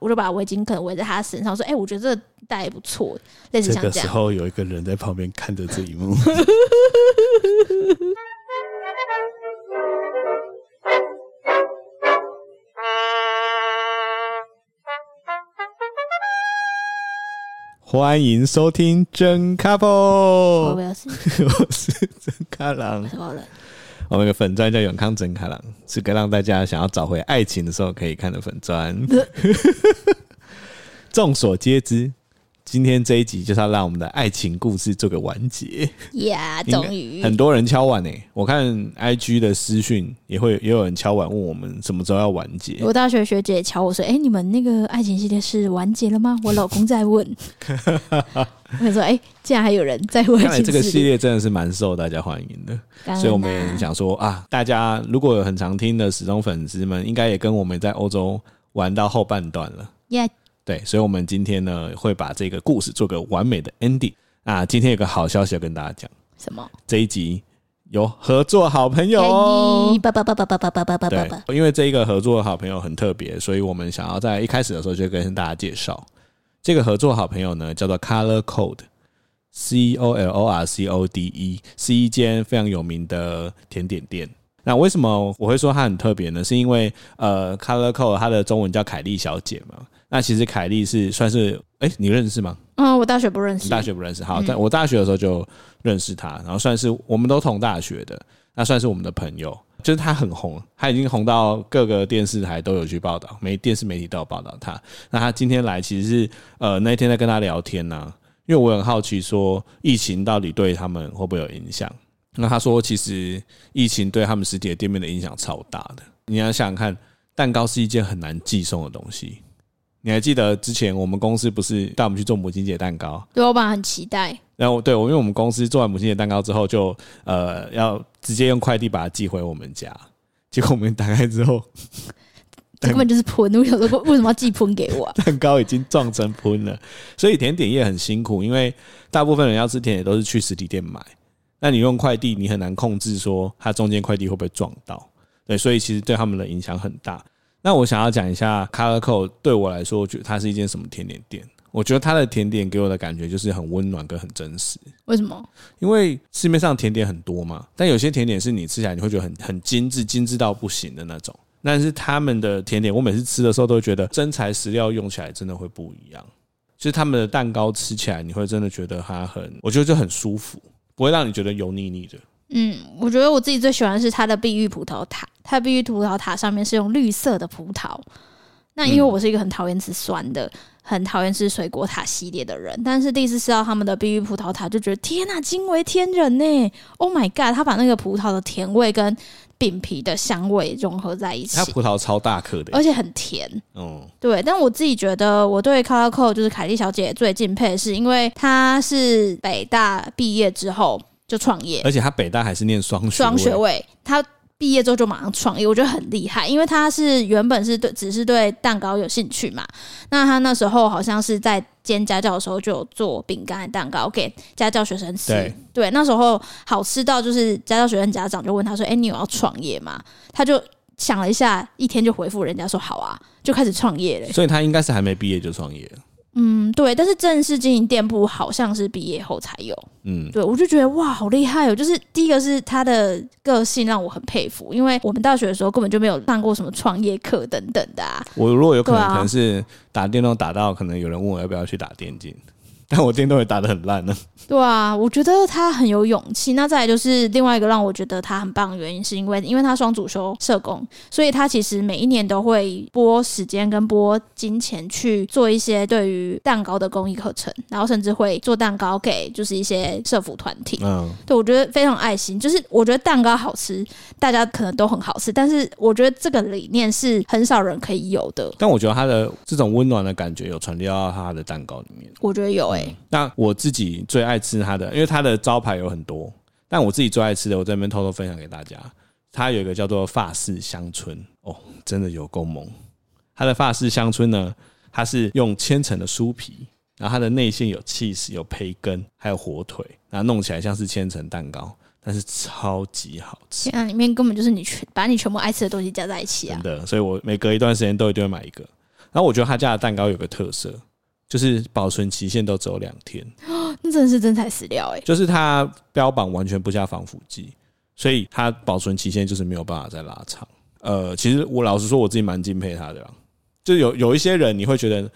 我就把围巾可能围在他身上，说：“哎、我觉得这个戴不错。”类似这像个这时样，候有一个人在旁边看着这一幕， 欢迎收听真 couple，我我要是是真卡郎，什么人？我们有个粉专叫永康真卡郎，是个让大家想要找回爱情的时候可以看的粉专。 众所皆知，今天这一集就是要让我们的爱情故事做个完结。呀、应该终于很多人敲碗诶、我看 IG 的私讯也会也有人敲碗问我们什么时候要完结。我大学学姐瞧我说：“哎、你们那个爱情系列是完结了吗？”我老公在 问，我想说：“哎、竟然还有人在问看来这个系列列真的是蛮受大家欢迎的，，感恩所以我啊们想说啊，大家如果有很常听的始终粉丝们，应该也跟我们在欧洲玩到后半段了。呀对，所以我们今天呢会把这个故事做个完美的 ending。啊，今天有个好消息要跟大家讲，什么？这一集有合作好朋友哦呀，。叭叭叭叭叭叭叭叭叭叭叭，对，因为这一个合作的好朋友很特别，所以我们想要在一开始的时候就跟大家介绍这个合作好朋友呢，叫做 Color Code。C O L O R C O D E 是一间非常有名的甜点店。那为什么我会说它很特别呢？是因为呃，Color Code 它的中文叫凯莉小姐嘛。那其实凯莉是算是哎、你认识吗？嗯，我大学不认识你，大学不认识，好，但我大学的时候就认识他，然后算是我们都同大学的，那算是我们的朋友。就是他很红，他已经红到各个电视台都有去报道，每电视媒体都有报道他。那他今天来，其实是呃那一天在跟他聊天呢、因为我很好奇说疫情到底对他们会不会有影响。那他说，其实疫情对他们实体的店面的影响超大的。你要想想看，蛋糕是一件很难寄送的东西。你还记得之前我们公司不是带我们去做母亲节蛋糕，对我爸很期待，然后对我，因为我们公司做完母亲节蛋糕之后就，呃要直接用快递把它寄回我们家。结果我们打开之后，这根本就是喷，我想说为什么要寄喷给我啊、蛋糕已经撞成喷了。所以甜点业很辛苦，因为大部分人要吃甜点都是去实体店买。那你用快递，你很难控制说它中间快递会不会撞到。对，所以其实对他们的影响很大。那我想要讲一下 Color Code 对我来说，我觉得它是一间什么甜点店？我觉得它的甜点给我的感觉就是很温暖跟很真实。为什么？因为市面上甜点很多嘛，但有些甜点是你吃起来你会觉得很很精致，精致到不行的那种。但是他们的甜点，我每次吃的时候都会觉得真材实料用起来真的会不一样。就是他们的蛋糕吃起来，你会真的觉得它很，我觉得就很舒服，不会让你觉得油腻腻的。嗯，我觉得我自己最喜欢的是它的碧玉葡萄塔，它的碧玉葡萄塔上面是用绿色的葡萄。那因为我是一个很讨厌吃酸的、很讨厌吃水果塔系列的人，但是第一次吃到他们的碧玉葡萄塔，就觉得天呐、惊为天人呢、o h my god！它把那个葡萄的甜味跟饼皮的香味融合在一起它，葡萄超大颗的，欸而且很甜。嗯，对，但我自己觉得，我对 Color Code 就是凯莉小姐最敬佩，是因为她是北大毕业之后就创业，而且它北大还是念双学双学位，她毕业之后就马上创业，我觉得很厉害，因为她是原本是对只是对蛋糕有兴趣嘛，那她那时候好像是在兼家教的时候就有做饼干蛋糕给家教学生吃，对那时候好吃到就是家教学生家长就问她说：“哎、你有要创业吗？”她就想了一下，一天就回复人家说：“好啊”，就开始创业了。所以他应该是还没毕业就创业。嗯，对，但是正式经营店铺好像是毕业后才有。嗯，对我就觉得哇，好厉害哦！就是第一个是他的个性让我很佩服，因为我们大学的时候根本就没有上过什么创业课等等的啊。我如果有可能，对啊可能是打电动打到，可能有人问我要不要去打电竞，但我电动也打得很烂呢。对啊，我觉得他很有勇气。那再来就是另外一个让我觉得他很棒的原因，是因为因为他双主修社工，所以他其实每一年都会拨时间跟拨金钱去做一些对于蛋糕的公益课程，然后甚至会做蛋糕给就是一些社服团体。嗯，对，我觉得非常有爱心。就是我觉得蛋糕好吃，大家可能都很好吃，但是我觉得这个理念是很少人可以有的。但我觉得它的这种温暖的感觉有传递到它的蛋糕里面。我觉得有欸诶、那我自己最爱吃它的，因为它的招牌有很多，但我自己最爱吃的，我在那边偷偷分享给大家。它有一个叫做法式乡村哦，真的有够猛。它的法式乡村呢，它是用千层的酥皮，然后它的内馅有 cheese、有培根，还有火腿，然后弄起来像是千层蛋糕，但是超级好吃。天啊，里面根本就是你全把你全部爱吃的东西加在一起啊真！的，所以我每隔一段时间都一定会买一个。然后我觉得他家的蛋糕有个特色，就是保存期限都只有两天，那真的是真材实料哎、就是它标榜完全不加防腐剂，所以它保存期限就是没有办法再拉长。呃，其实我老实说，我自己蛮敬佩他的啦。就有有一些人，你会觉得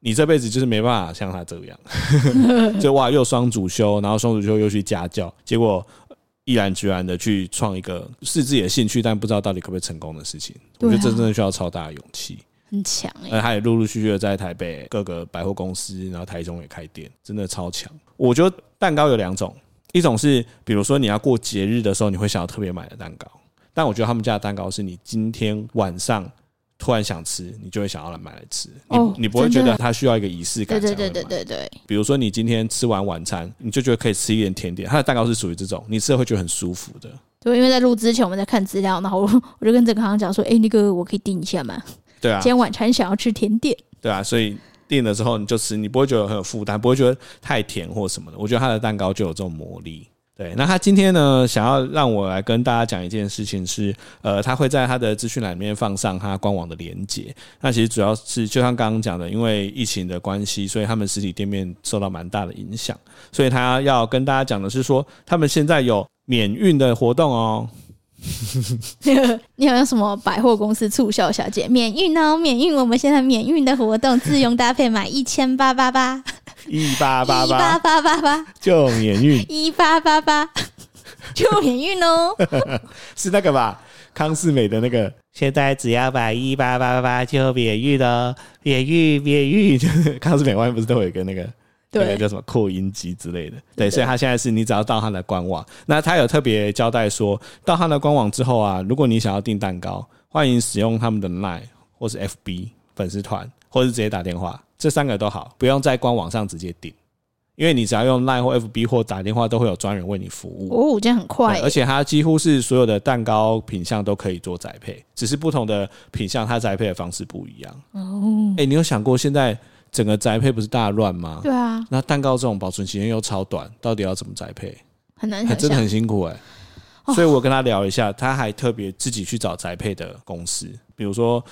你这辈子就是没办法像他这样， 就哇又双主修，然后双主修又去家教，结果毅然决然的去创一个是自己的兴趣，但不知道到底可不可以成功的事情。我觉对得啊这真的需要超大的勇气。很强哎、呃，他也陆陆续续的在台北各个百货公司，然后台中也开店，真的超强。我觉得蛋糕有两种，一种是比如说你要过节日的时候，你会想要特别买的蛋糕，但我觉得他们家的蛋糕是你今天晚上突然想吃，你就会想要来买来吃，你、哦你不会觉真得的它需要一个仪式感对才对会对对买对对，比如说你今天吃完晚餐，你就觉得可以吃一点甜点，它的蛋糕是属于这种，你吃了会觉得很舒服的。就因为在录之前我们在看资料，然后 我我就跟郑康康讲说，哎、那个我可以订一下吗？对啊，今天晚餐想要吃甜点， 对啊，所以订的时候你就吃，你不会觉得很有负担，不会觉得太甜或什么的。我觉得它的蛋糕就有这种魔力。对，那他今天呢，想要让我来跟大家讲一件事情是，呃，他会在他的资讯栏里面放上他官网的连接。那其实主要是就像刚刚讲的，因为疫情的关系，所以他们实体店面受到蛮大的影响。所以他要跟大家讲的是说，他们现在有免运的活动哦。你好像什么百货公司促销小姐，免运哦，免运！我们现在免运的活动，自用搭配满一千八八八，一八八一八八八八八，就免运，一八八 八，就免运哦。是那个吧？康世美的那个，现在只要买一八八八就免运了，免运免 运。就是康世美外面不是都有一个那个那个 对，叫什么扩音机之类的？对对，对所以他现在是你只要到他的官网，那他有特别交代说，到他的官网之后啊，如果你想要订蛋糕，欢迎使用他们的 LINE 或是 FB 粉丝团，或是直接打电话，这三个都好，不用在官网上直接订，因为你只要用 LINE 或 FB 或打电话，都会有专人为你服务。哦，这样很快对，而耶，且它几乎是所有的蛋糕品相都可以做宅配，只是不同的品相它宅配的方式不一样。哦，哎，你有想过现在整个宅配不是大乱吗？对啊，那蛋糕这种保存期间又超短，到底要怎么宅配？很难还想真的象很辛苦哎、哦所以我跟他聊一下，他还特别自己去找宅配的公司，比如说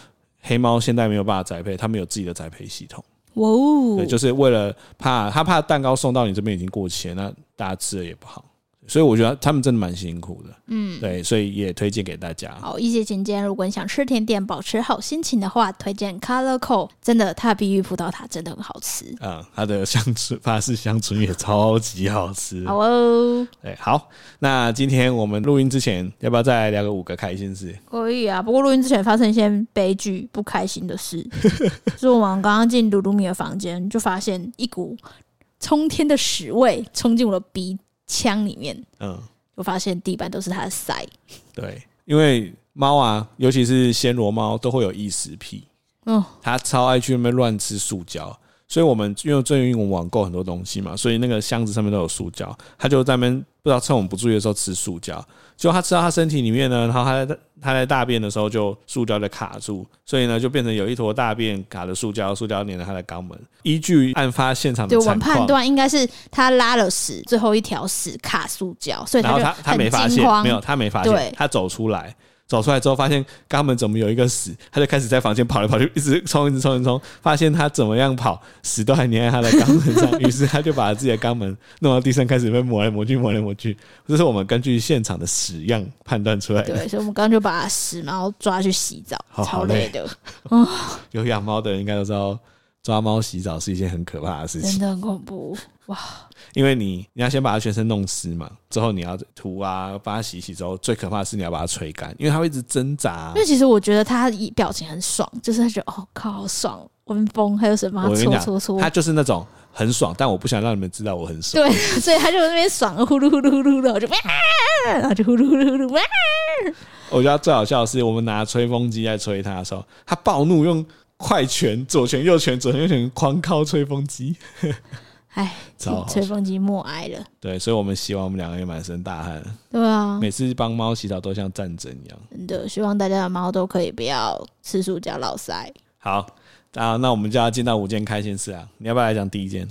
黑猫现在没有办法宅配，他们有自己的宅配系统。哇哦对，，就是为了怕他怕蛋糕送到你这边已经过期了，那大家吃了也不好，所以我觉得他们真的蛮辛苦的，嗯，对，所以也推荐给大家。好，一些简介，如果你想吃甜点，保持好心情的话，推荐 Color Co。真的，它的碧玉葡萄塔真的很好吃。嗯，它的香椿法式香椿也超级好吃。好哦，对，好，那今天我们录音之前，要不要再聊个五个开心事？可以啊。不过录音之前发生一些悲剧、不开心的 事，就是我们刚刚进鲁鲁米的房间，就发现一股冲天的屎味冲进我的鼻腔里面，嗯，我发现地板都是它的塞。对，因为猫啊，尤其是暹罗猫，都会有异食癖，嗯，它超爱去那边乱吃塑胶。所以我们因为最近我们网购很多东西嘛，所以那个箱子上面都有塑胶，它就在那边不知道趁我们不注意的时候吃塑胶，结果它吃到它身体里面呢，然后它在它在大便的时候就塑胶的卡住，所以呢就变成有一坨大便卡着塑胶，塑胶粘了它的肛门。依据案发现场的对我惨们判况，断应该是它拉了屎，最后一条屎卡塑胶，所以它然后就他他很没发惊现，慌没有他没发现对，他走出来，走出来之后发现肛门怎么有一个屎，他就开始在房间跑来跑去，一直冲，一直冲，一直冲，发现他怎么样跑，屎都还粘在他的肛门上，于是他就把自己的肛门弄到地上，开始被磨来磨去，磨来磨去。这是我们根据现场的屎样判断出来的。对，所以我们刚刚就把屎猫抓去洗澡，好好超累 的，有养猫的人应该都知道。抓猫洗澡是一件很可怕的事真情，的很恐怖。因为你你要先把它全身弄湿嘛，之后你要涂啊，把它洗一洗之后，最可怕的是你要把它吹干，因为它会一直挣扎啊、因为其实我觉得他一表情很爽，就是他觉得哦靠，好爽，温风还有什么我跟你搓讲啊搓搓他，就是那种很爽，但我不想让你们知道我很爽。对，所以他就在那边爽，呼噜呼噜呼噜的，我就啊，然后就呼噜呼噜呼噜啊，我觉得最好笑的是，我们拿吹风机在吹他的时候，他暴怒用快拳、左拳、右拳、左拳、右拳狂敲吹风机。哎，超好笑吹风机默哀了，对，所以我们洗完，我们两个也满身大汗。对啊，每次帮猫洗澡都像战争一样。真的，希望大家的猫都可以不要吃塑胶老塞。好，啊，那我们就要进到五件开心事啊！你要不要来讲第一件？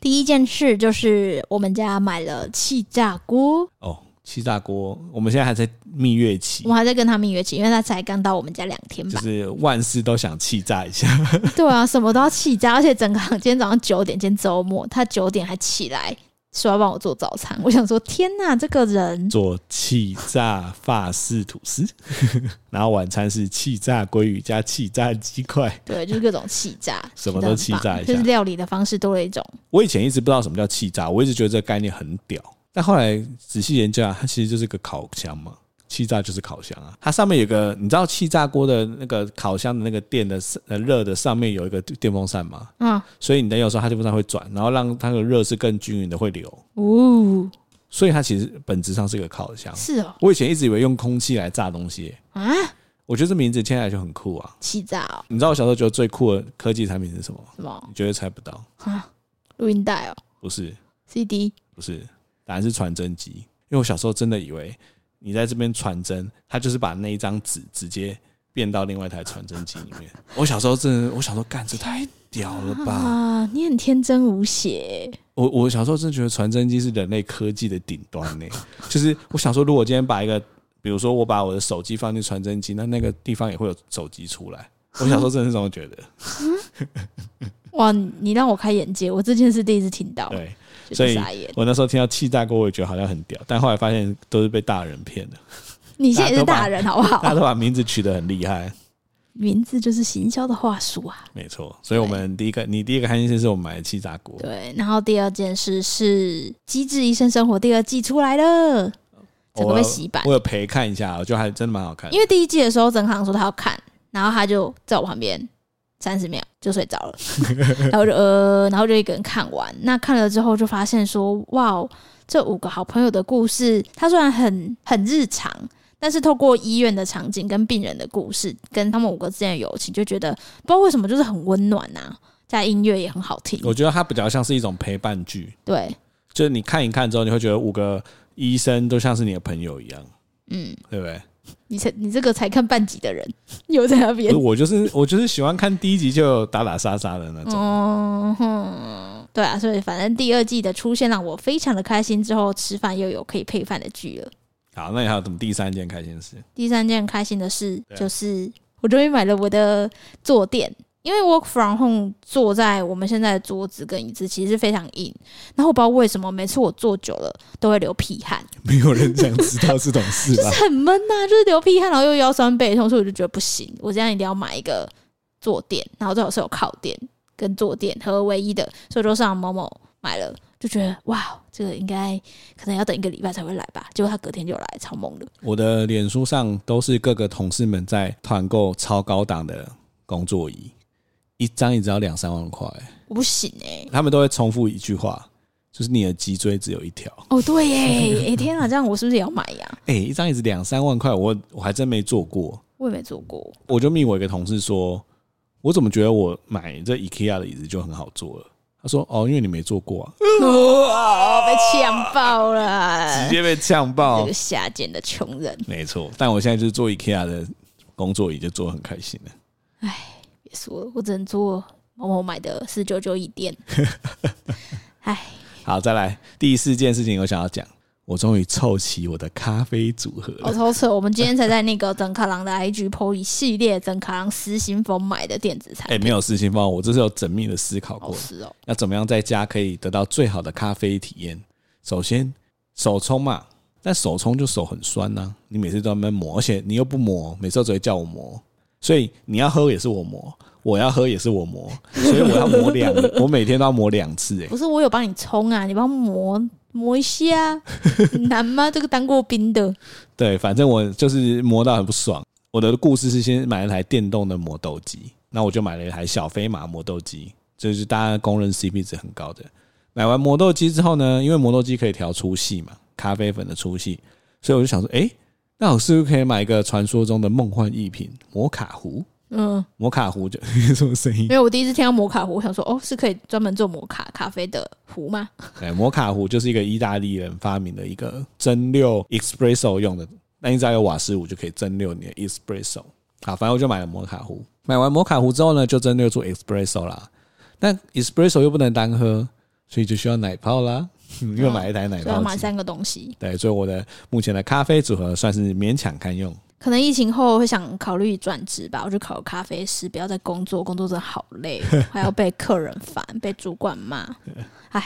第一件事就是我们家买了气炸锅，哦，七大锅，我们现在还在蜜月期我，们还在跟他蜜月期，因为他才刚到我们家两天就吧。是万事都想气炸一下。对啊，什么都要起家，而且整个行今天早上九点，今天周末，他九点还起来说要帮我做早餐。我想说，天哪，这个 人做气炸法式吐司， 然后晚餐是气炸鲑鱼加气炸鸡块。对，就是各种气炸，什么都气炸一下就是料理的方式多了一种。我以前一直不知道什么叫气炸，我一直觉得这个概念很屌，但后来仔细研究啊，它其实就是个烤箱嘛。气炸就是烤箱啊，它上面有个，你知道气炸锅的那个烤箱的那个电的呃热的上面有一个电风扇吗？嗯，所以你的有时候它电风扇会转，然后让它的热是更均匀的会流，哦，所以它其实本质上是个烤箱。是哦，我以前一直以为用空气来炸东西，啊，我觉得这名字听起来就很酷啊。气炸哦，你知道我小时候觉得最酷的科技产品是什么吗？什么你绝对猜不到，啊，录音带哦不是， ，CD，不是，答案是传真机。因为我小时候真的以为你在这边传真，它就是把那一张纸直接变到另外一台传真机里面。 我小时候真的，我想说，干这太屌了吧！啊，你很天真无邪， 我我小时候真的觉得传真机是人类科技的顶端呢、就是我想说，如果今天把一个，比如说我把我的手机放进传真机，那那个地方也会有手机出来。我小时候真的是这么觉得，哇，你让我开眼界，我这件事第一次听到，对。就是所以傻眼。我那时候听到气炸锅，我也觉得好像很屌，但后来发现都是被大人骗的，哦你现在也是大人好不大家好？都把名字取得很厉害， 名字就是行销的话术啊。没错。所以我们第一个，你第一个关心是我们买的气炸锅，对，然后第二件事是《机智医生生活》第二季出来了，整个我被有洗版我。有陪看一下，我觉得还真的蛮好看的因。为第一季的时候，曾航说他要看，然后他就在我旁边三十秒就睡着了，然后我就呃，然后就一个人看完。那看了之后就发现说，哇哦，这五个好朋友的故事，它虽然很很日常。但是透过医院的场景跟病人的故事，跟他们五个之间的友情，就觉得不知道为什么就是很温暖呐、加音乐也很好听，我觉得它比较像是一种陪伴剧，对，就是你看一看之后，你会觉得五个医生都像是你的朋友一样，嗯，对不对？你才你这个才看半集的人 又在那边不是，我就是我就是喜欢看第一集就有打打杀杀的那种。哦，哼对啊，所以反正第二季的出现让我非常的开心，之后吃饭又有可以配饭的剧了。好，那你还有什么第三件开心事？ 第三件开心的事对啊就是我终于买了我的坐垫，因为 work from home 坐在我们现在的桌子跟椅子其实非常硬，然后我不知道为什么每次我坐久了都会流屁汗，没有人想知道这种事吧？很闷呐、就是流屁汗，然后又腰酸背痛，所以我就觉得不行，我这样一定要买一个坐垫，然后最好是有靠垫跟坐垫合而为一的，所以我就上某某买了，就觉得哇，哦这个应该可能要等一个礼拜才会来吧，结果他隔天就来，超猛的，我的脸书上都是各个同事们在团购超高档的工作椅，一张椅子要两三万块，我不行哎、他们都会重复一句话，就是你的脊椎只有一条。哦对 耶、哎、天啊，这样我是不是也要买呀、哎、一张椅子两三万块，我我还真没做过。我也没做 过，我就密我一个同事说，我怎么觉得我买这 IKEA 的椅子就很好坐了？他说：“哦，因为你没做过啊，哇，哦被呛爆了 直，接被呛这爆个。下贱的穷人，” 没错，但我现在就是做 IKEA 的工作椅，就做得很开心了。别说了，我只能做某某买的四九九椅垫，哎。好，再来第四件事情，我想要讲，我终于凑齐我的咖啡组 合我了。哦超扯！我们今天才在那个整卡郎的 IG PO 一系列整卡郎私心风买的电子产哎、品，没有私心方，我这是有缜密的思考好过，吃哦！要怎么样在家可以得到最好的咖啡体验。首先，手冲嘛，但手冲就手很酸呐、你每次都要在那边磨，而且你又不磨，每次都只会叫我磨，所以你要喝也是我磨，我要喝也是我磨，所以我要磨两，我每天都要磨两次、哎。不是我有帮你冲啊，你帮我磨磨一下 啊，难吗？这个当过兵的，对，反正我就是磨到很不爽。我的故事是先买了台电动的磨豆机，那我就买了一台小飞马磨豆机，这就是大家公认 CP 值很高的。买完磨豆机之后呢，因为磨豆机可以调粗细嘛，咖啡粉的粗细，所以我就想说，诶，那我是不是可以买一个传说中的梦幻一品摩卡壶？嗯，摩卡壶就 什么声音因？为我第一次听到摩卡壶，我想说哦，是可以专门做摩卡咖啡的壶吗？对，摩卡壶就是一个意大利人发明的一个蒸馏 espresso 用的，那你只要有瓦斯壶就可以蒸馏你的 espresso。好，反正我就买了摩卡壶。买完摩卡壶之后呢，就蒸馏出 espresso 啦。但 espresso 又不能单喝，所以就需要奶泡啦。因为买一台奶所以要泡哦啊买机。三个东西。对，所以我的目前的咖啡组合算是勉强堪用。可能疫情后会想考虑转职吧，我就考个咖啡师，不要再工作，工作真的好 累，还要被客人烦，被主管骂，哎，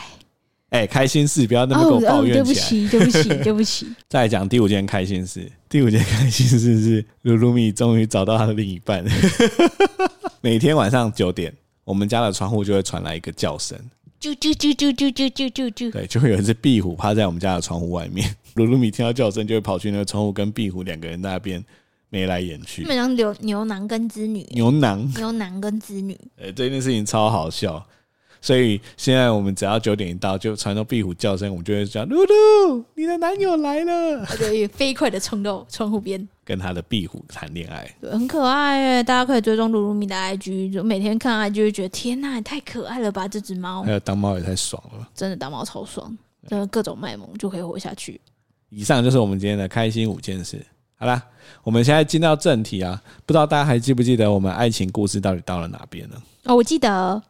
哎、开心事不要那么给哦我抱哦，对怨不起起，来。对不起，对不起，再来讲第五件开心事，第五件开心事是露露米终于找到她的另一半。 每天晚上九点，我们家的窗户就会传来一个叫声，啾啾啾啾啾啾啾啾啾，对，就会有一只壁虎趴在我们家的窗户外面。 露露米听到叫声，就会跑去那个窗户，跟壁虎两个人在那边眉来眼去基。本上牛牛郎跟织女，牛腩，牛郎跟织 女，呃，这件事情超好笑。所以现在我们只要九点一到，就传到壁虎叫声，我们就会讲：“露露，你的男友来了我就飞快的冲到窗户边。！”跟他的壁虎谈恋爱。对很可爱耶！大家可以追踪露露米的 IG，就每天看 IG 就会觉得天呐，也太可爱了吧！这只猫还有当猫也太爽了吧。真的打猫超爽，真的各种卖萌就可以活下去。以上就是我们今天的开心五件事。好啦，我们现在进到正题啊，不知道大家还记不记得我们爱情故事到底到了哪边呢？哦，我记得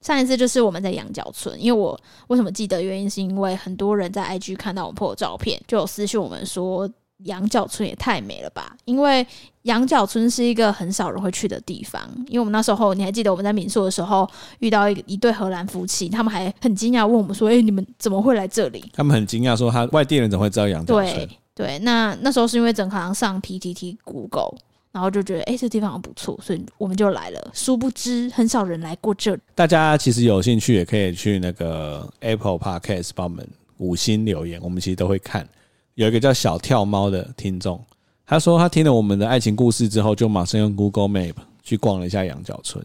上一次就是我们在羊角村，因为我为什么记得原因是因为很多人在 IG 看到我们 po 的照片，就有私讯我们说羊角村也太美了吧，因为羊角村是一个很少人会去的地方。因为我们那时候你还记得我们在民宿的时候遇到一一对荷兰夫妻，他们还很惊讶问我们说：“哎、你们怎么会来这里他们很惊讶说，他外地人怎么会知道羊？”角对村？对，那那时候是因为整行上 PTT Google。然后就觉得，哎、这地方好像不错，所以我们就来了。殊不知，很少人来过这里。大家其实有兴趣也可以去那个 Apple Podcast 帮我们五星留言，我们其实都会看。有一个叫小跳猫的听众，他说他听了我们的爱情故事之后，就马上用 Google Map 去逛了一下羊角村。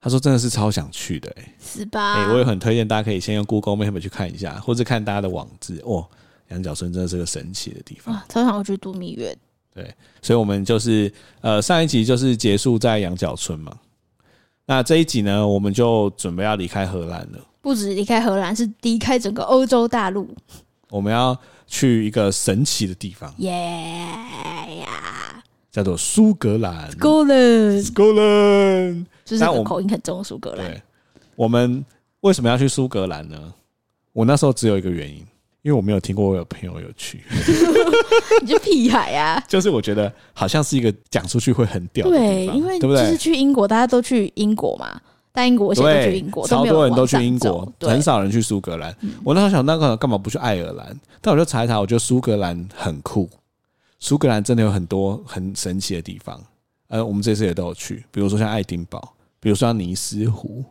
他说真的是超想去的、欸，是吧？哎、我也很推荐大家可以先用 Google Map 去看一下，或者看大家的网志。哦，羊角村真的是个神奇的地方。啊，超想要去度蜜月。所以我们就是呃上一集就是结束在羊角村嘛，那这一集呢，我们就准备要离开荷兰了，不止离开荷兰，是离开整个欧洲大陆，我们要去一个神奇的地方，耶呀叫做苏格兰。够了！苏格兰，就是那那我个们口音很重，苏格兰。对，我们为什么要去苏格兰呢？我那时候只有一个原因，因为我没有听过我有朋友有去，你就屁孩啊！就是我觉得好像是一个讲出去会很屌的对地，方，因为对不就对？是去英国，大家都去英国嘛，但英国谁都去英国，超没有多人都往去上英国走，对嗯很，少人去苏格兰。我那时候想，那个干嘛不去爱尔兰？但我就查一查，我觉得苏格兰很酷，苏格兰真的有很多很神奇的地方。呃，我们这次也都有去，比如说像爱丁堡，比如说像尼斯湖。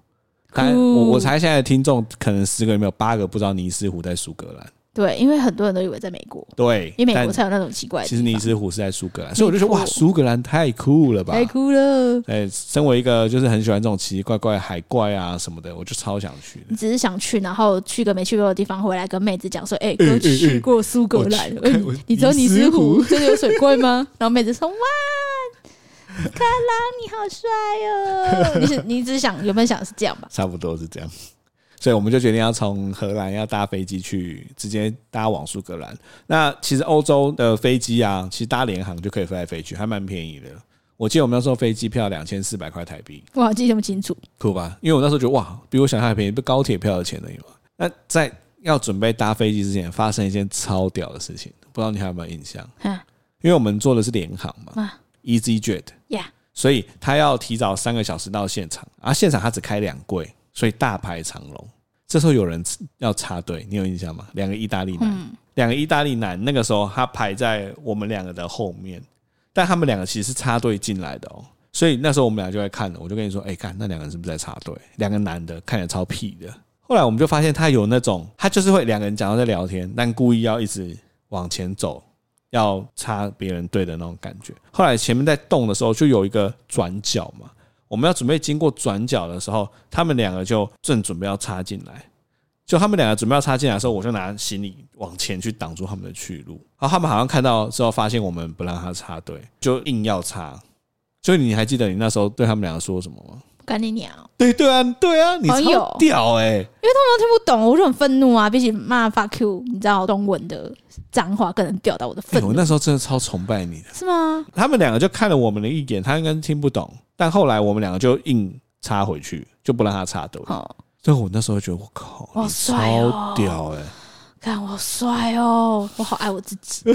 但我我猜现在的听众可能十个里面有八个不知道尼斯湖在苏格兰，对，因为很多人都以为在美国，对，因为美国但才有那种奇怪的地其方。实尼斯湖是在苏格兰，所以我就觉得没错哇，苏格兰太酷了吧！太酷了！哎，身为一个就是很喜欢这种奇奇怪怪的海怪啊什么的，我就超想去的。你只是想去，然后去个没去过的地方，回来跟妹子讲说：“哎、哥去过苏格兰，我哎去我你知道尼斯湖尼真的有水怪吗？”然后妹子说：“哇，卡郎你好帅哦！” 你是你只想原本想是这样吧？差不多是这样。所以我们就决定要从荷兰要搭飞机去，直接搭往苏格兰。那其实欧洲的飞机啊，其实搭联航就可以飞来飞去，还蛮便宜的。我记得我们那时候飞机票两千四百块台币，我好记得那么清楚，酷吧？因为我那时候觉得哇，比我想象还便宜，不高铁票的钱而已嘛。那在要准备搭飞机之前，发生一件超屌的事情，不知道你还有没有印象？嗯因为我们坐的是联航嘛 E 啊，EasyJet，呀、所以他要提早三个小时到现场，而、现场他只开两柜，所以大排长龙。这时候有人要插队，你有印象吗？两个意大利男，两个意大利男，那个时候他排在我们两个的后面，但他们两个其实是插队进来的哦。所以那时候我们俩就在看，我就跟你说，哎、看那两个人是不是在插队？两个男的看起来超屁的。后来我们就发现他有那种，他就是会两个人讲到在聊天，但故意要一直往前走，要插别人队的那种感觉。后来前面在动的时候，就有一个转角嘛，我们要准备经过转角的时候，他们两个就正准备要插进来。就他们两个准备要插进来的时候，我就拿行李往前去挡住他们的去路。然后他们好像看到之后，发现我们不让他插队，就硬要插。所以你还记得你那时候对他们两个说什么吗？赶紧鸟，对对啊，对啊，你哎超呦屌哎、我听不懂，我就很愤怒啊！毕竟骂 fuck you，你知道中文的脏话更能表达我的愤哎怒、我那时候真的超崇拜你的。是吗？他们两个就看了我们的一眼，他应该是听不懂，但后来我们两个就硬插回去，就不让他插队。哦，所以我那时候觉得，我靠，好你帅哦超屌哎、看我好帅哦，我好爱我自己，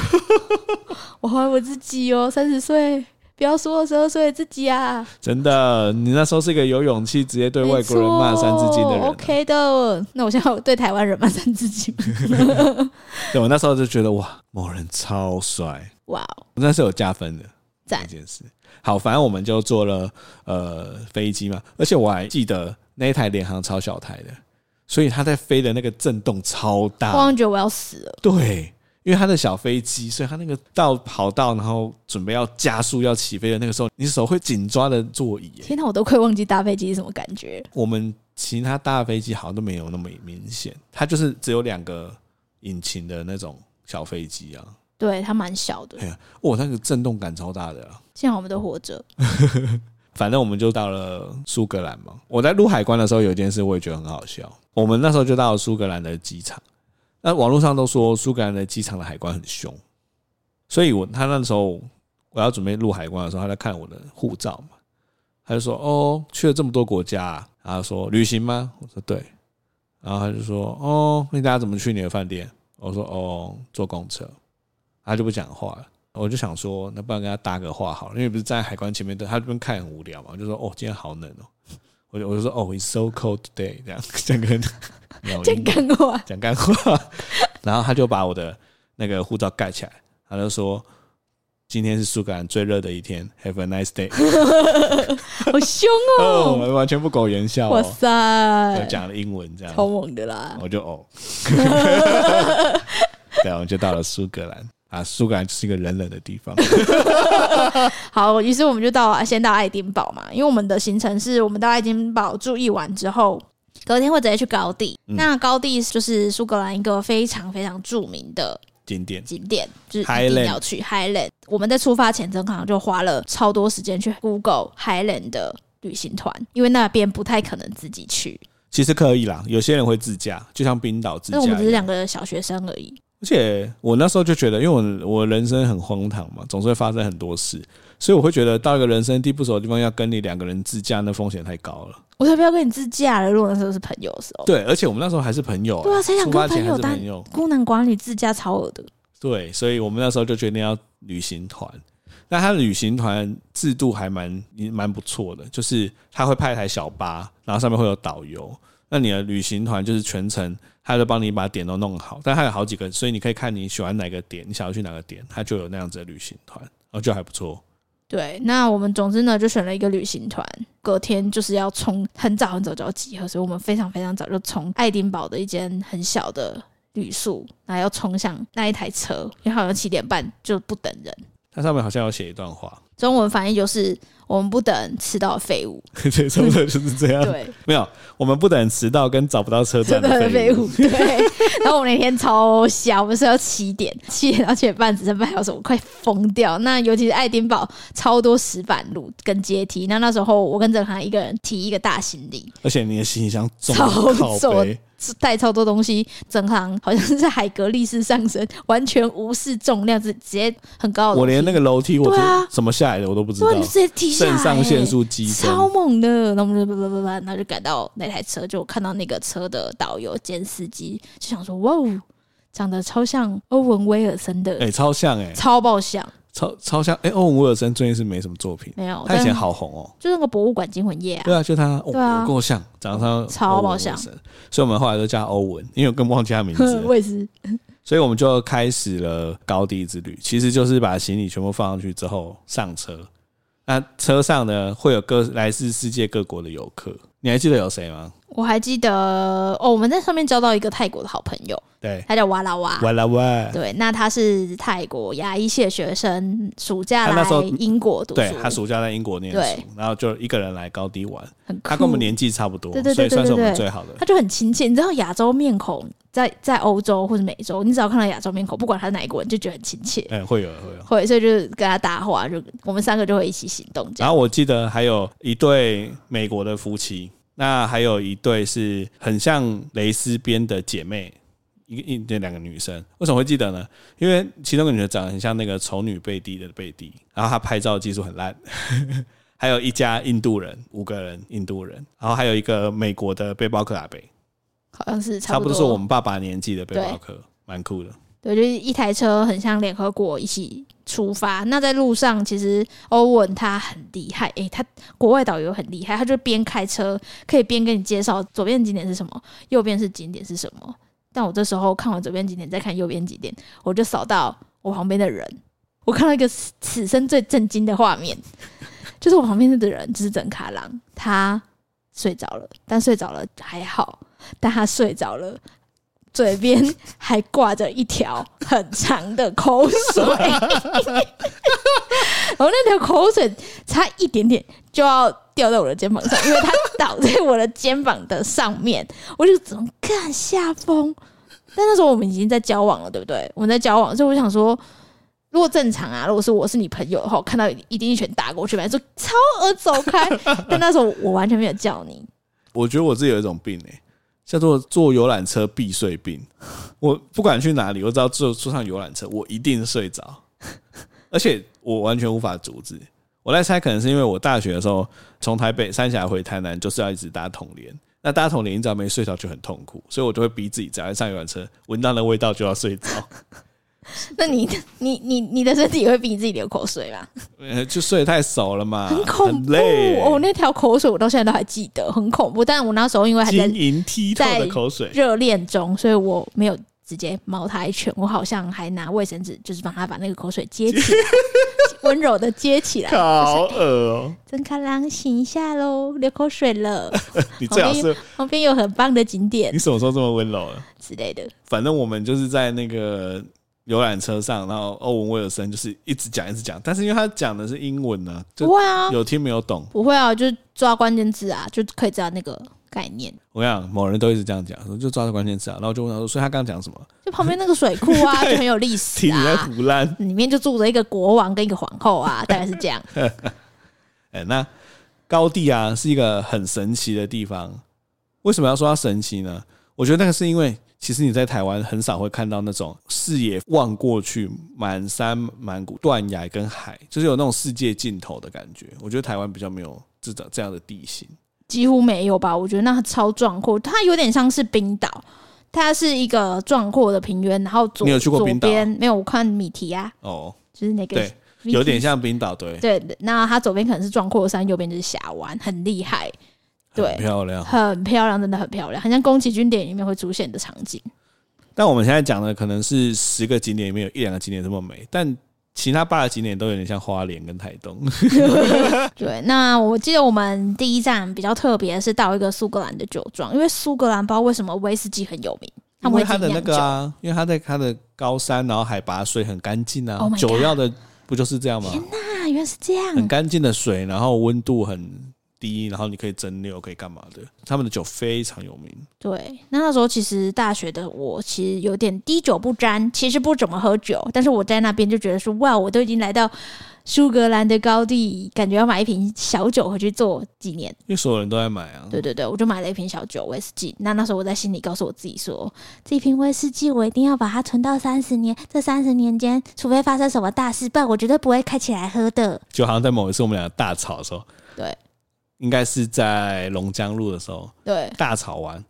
我好爱我自己哦，三十岁。不要说二十二岁的自己啊！真的，你那时候是一个有勇气直接对外国人骂三字经的没人、错啊。 OK 的，那我现在有对台湾人骂三字经吗，对我那时候就觉得哇，某人超帅，哇哦，那是有加分的赞一！件事。好，反正我们就坐了呃飞机嘛，而且我还记得那一台联航超小台的，所以它在飞的那个震动超我大。好像觉得我要死了，对，因为它的小飞机，所以它那个到跑道，然后准备要加速要起飞的那个时候，你手会紧抓着座椅耶。天哪，我都快忘记搭飞机是什么感觉。我们其他大飞机好像都没有那么明显，它就是只有两个引擎的那种小飞机啊。对，它蛮小的，哎呀，哇，那个震动感超大的、啊。幸好我们都活着。反正我们就到了苏格兰嘛。我在入海关的时候，有一件事我也觉得很好笑。我们那时候就到了苏格兰的机场，那网络上都说苏格兰的机场的海关很凶，所以我他那时候我要准备入海关的时候，他在看我的护照嘛，他就说：“哦，去了这么多国家、啊。”然后他说：“旅行吗？”我说：“对。”然后他就说：“哦，那大家怎么去你的饭店？”我说：“哦，坐公车。”他就不讲话了。我就想说，那不然跟他搭个话好了，因为不是站在海关前面，对他这边看很无聊嘛，我就说哦，今天好冷哦，我就我就说哦，it's so cold today，这样讲个 老这样英文干话，讲干话， 然后他就把我的那个护照盖起来，他就说今天是苏格兰最热的一天，Have a nice day， 好凶哦，我哦！们完全不苟言笑哇哦，就塞，讲了英文这样，超猛的啦！我就哦， 对，我们就到了苏格兰啊，苏格兰就是一个冷冷的地方， 好，于是我们就到先到爱丁堡嘛，因为我们的行程是我们到爱丁堡住一晚之后，隔天会直接去高地。嗯那高地就是苏格兰一个非常非常著名的景点。景点，就是一定 Highland 要去 Highland。我们在出发前，真好像就花了超多时间去 Google Highland 的旅行团，因为那边不太可能自己去，其实可以啦，有些人会自驾，就像冰岛自驾那我们只是一两样。个小学生而已。而且我那时候就觉得，因为我我人生很荒唐嘛，总是会发生很多事，所以我会觉得到一个人生地不熟的地方，要跟你两个人自驾，那风险太高了。我才不要跟你自驾了，如果那时候是朋友的时候。对，而且我们那时候还是朋友、对啊谁想出跟发前朋友还是单朋友。孤男寡女自驾超恶的，对，所以我们那时候就决定要旅行团。那他的旅行团制度还蛮蛮不错的，就是他会派一台小巴，然后上面会有导游。那你的旅行团就是全程，他就帮你把点都弄好，但他有好几个，所以你可以看你喜欢哪个点，你想要去哪个点，他就有那样子的旅行团，我觉得还不错。对，那我们总之呢，就选了一个旅行团，隔天就是要冲，很早很早就要集合，所以我们非常非常早就从爱丁堡的一间很小的旅宿，然后要冲向那一台车，因为好像七点半就不等人。它上面好像有写一段话， 中文翻译就是我们不等吃到的废物，对，差不多就是这样。对，没有，我们不等迟到跟找不到车吃站到 的的废废物。物，对。然后我们那天超瞎，我们睡到七点，七点到七点半只剩半小时，我快疯掉。那尤其是爱丁堡，超多石板路跟阶梯，那那时候我跟郑涵一个人提一个大行李，而且你的行李箱重超到靠重背，带超多东西，整行好像是海格力式上升，完全无视重量，直直接很高的。我连那个，个楼梯我哦对啊是怎么下来的我都不知道对，。你直接踢下来、欸肾上腺素激超增，猛的，然后我们就叭叭叭叭，然后就赶到那台车，就看到那个车的导游兼司机，就想说哇哦，长得超像欧文威尔森的，哎、超像哎、超爆像，超超像哎，欧文威尔森最近是没什么作品，没有，他以前但好红哦。就那个博物馆惊魂夜啊，对啊，就他，哦对啊有够像，长得像超欧文爆像威尔森，所以我们后来都叫他欧文，因为我更忘记他名字 了，我也是，所以我们就开始了高地之旅。其实就是把行李全部放上去之后上车，那车上呢会有各来自世界各国的游客，你还记得有谁吗？我还记得哦，我们在上面交到一个泰国的好朋友，对，他叫哇啦哇。哇啦哇，对，那他是泰国牙医系的学生，暑假他那来时候英国读书，对他暑假在英国念对书，然后就一个人来高地玩，很酷他跟我们年纪差不多对对，所对对以算是我对们对最好的。他就很亲切。你知道亚洲面孔在在欧洲或者美洲，你只要看到亚洲面孔，不管他是哪一国人，就觉得很亲切。嗯，会有会有。会，所以就是跟他搭话，就我们三个就会一起行动这然样。后我记得还有一对美国的夫妻，那还有一对是很像蕾丝边的姐妹，一个一那两个女生。为什么会记得呢？因为其中一个女的长得很像那个丑女贝蒂的贝蒂，然后她拍照技术很烂。 还有一家印度人，五个人印度人，然后还有一个美国的背包客阿贝，好像是差不不多是我们爸爸年纪的背包客。蛮酷的。对，就是一台车很像联合国一起出发。那在路上，其实欧文他很厉害，诶、他国外导游很厉害，他就边开车可以边跟你介绍左边景点是什么，右边是景点是什么。但我这时候看完左边景点，再看右边景点，我就扫到我旁边的人，我看到一个此此生最震惊的画面， 就是我旁边的人就是整卡郎，他睡着了，但睡着了还好，但他睡着了。嘴边还挂着一条很长的口水，然后那条口水差一点点就要掉在我的肩膀上，因为它倒在我的肩膀的上面，我就怎么看下风？但那时候我们已经在交往了，对不对？我们在交往，所以我想说，如果正常啊，如果是我是你朋友的话，我看到一定一拳打过去，反正说超额走开。但那时候我完全没有叫你，我觉得我自己有一种病诶、欸叫做坐游览车必睡病。 我不管去哪里，我只要坐坐上游览车，我一定睡着， 而且我完全无法阻止。我在猜，可能是因为我大学的时候从台北三峡回台南，就是要一直搭统联。那搭统联，你只要没睡着就很痛苦，所以我就会逼自己，只要一上游览车，闻到那味道就要睡着， 那你你你你的身体也会逼你自己流口水吧？呃就睡得太熟了嘛，很恐怖啊累，哦！那条口水我到现在都还记得，很恐怖。但我那时候因为还在晶莹剔透的口水。热恋中，所以我没有直接猫他一拳，我好像还拿卫生纸就是帮他把那个口水接起 来，温柔的接起来。好恶哦、真开朗，醒一下喽，流口水了。你最好旁是边旁边有很棒的景点你什么时候这么温柔了？之类的，反正我们就是在那个游览车上，然后欧文威尔森就是一直讲一直讲，但是因为他讲的是英文呢、不就会啊，有听没有懂。不会啊，就是抓关键字啊，就可以知道那个概念。我跟你讲，某人都一直这样讲，说就抓到关键词啊，然后我就问他说，所以他刚刚讲什 么？就旁边那个水库 啊，就很有历史听你在啊。胡乱。里面就住着一个国王跟一个皇后啊，大概是这样。哎、那高地啊是一个很神奇的地方。为什么要说它神奇呢？我觉得那个是因为，其实你在台湾很少会看到那种视野望过去满山满谷断崖跟海，就是有那种世界尽头的感觉。我觉得台湾比较没有这种这样的地形。几乎没有吧？我觉得那超壮阔，它有点像是冰岛，它是一个壮阔的平原，然后左你有去过左冰岛边没有？我看米提亚，哦，就是那个对，有点像冰岛，对，对。那它左边可能是壮阔的山，右边就是峡湾，很厉害，对很漂亮。很漂亮，真的很漂亮，很像宫崎骏电影里面会出现的场景。但我们现在讲的可能是十个景点里面有一两个景点这么美，但其他八个景点都有点像花莲跟台东。对，那我记得我们第一站比较特别，是到一个苏格兰的酒庄，因为苏格兰不知道为什么威士忌很有名，他因们为会它自的己那酿个酒。啊，因为它在它的高山，然后海拔水很干净啊 Oh my，god 酒要的不就是这样吗？啊，原来是这样，很干净的水，然后温度很低，然后你可以蒸馏，可以干嘛的？他们的酒非常有名，对，那那时候其实大学的我其实有点滴酒不沾，其实不怎么喝酒，但是我在那边就觉得说，哇，我都已经来到苏格兰的高地，感觉要买一瓶小酒回去做纪念。因为所有人都在买啊。对对对，我就买了一瓶小酒威士忌。那那时候我在心里告诉我自己说，这瓶威士忌我一定要把它存到三十年，这三十年间，除非发生什么大事，不然我绝对不会开起来喝的。就好像在某一次我们俩大吵的时候，对应该是在龙江路的时候对，大吵完，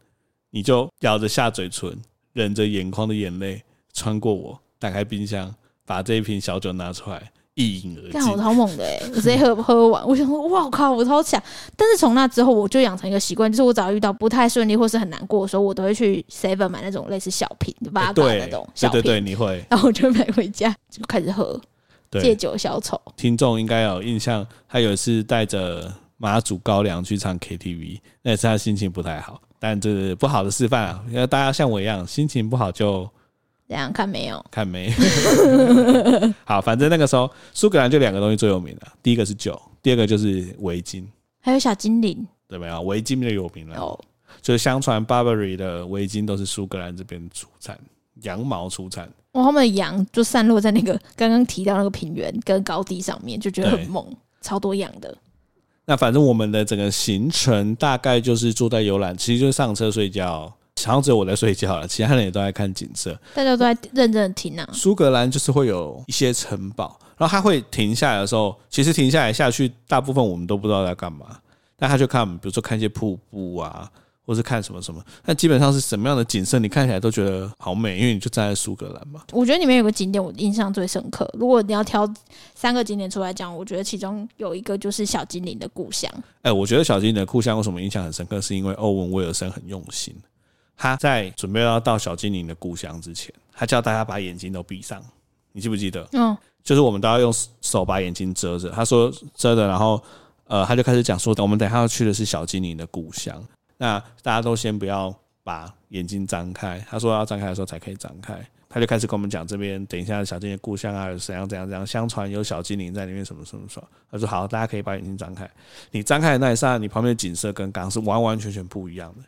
你就咬着下嘴唇，忍着眼眶的眼泪，穿过我，打开冰箱，把这一瓶小酒拿出来，一饮而干我尽。超猛的哎、我直接 喝喝完，我想说，哇靠，我超强！但是从那之后，我就养成一个习惯，就是我只要遇到不太顺利或是很难过的时候，我都会去 Seven 买那种类似小瓶的八嘎哎对那种对小瓶，对对，你会然后我就买回家就开始喝，对借酒消愁。听众应该有印象，他有一次带着马祖高粱去唱 KTV，那一次他心情不太好，但这是不好的示范啊！要大家像我一样，心情不好就这样看没有？看梅。好，反正那个时候苏格兰就两个东西最有名了，第一个是酒，第二个就是围巾，还有小精灵对没有？围巾就有名了，哦，就是相传 Burberry 的围巾都是苏格兰这边出产，羊毛出产。哇，他们的羊就散落在那个刚刚提到那个平原跟高地上面，就觉得对很猛，超多羊的。那反正我们的整个行程大概就是坐在游览，其实就是上车睡觉，好像只有我在睡觉了，其他人也都在看景色。大家都在认真的听啊，苏格兰就是会有一些城堡，然后它会停下来的时候，其实停下来下去，大部分我们都不知道在干嘛。那他就看，比如说看一些瀑布啊，或是看什么什么，但基本上是什么样的景色，你看起来都觉得好美，因为你就站在苏格兰嘛。我觉得里面有个景点我印象最深刻。如果你要挑三个景点出来讲，我觉得其中有一个就是小精灵的故乡。哎、我觉得小精灵的故乡为什么印象很深刻，是因为欧文威尔森很用心。他在准备要到小精灵的故乡之前，他叫大家把眼睛都闭上，你记不记得？嗯，就是我们都要用手把眼睛遮着。他说遮着，然后呃，他就开始讲说，我们等一下要去的是小精灵的故乡。那大家都先不要把眼睛张开，他说要张开的时候才可以张开。他就开始跟我们讲这边，等一下小精灵的故乡啊，有怎样怎样怎样，相传有小精灵在里面，什么什么什么。他说好，大家可以把眼睛张开。你张开的那一刹那，你旁边的景色跟刚刚是完完全全不一样的。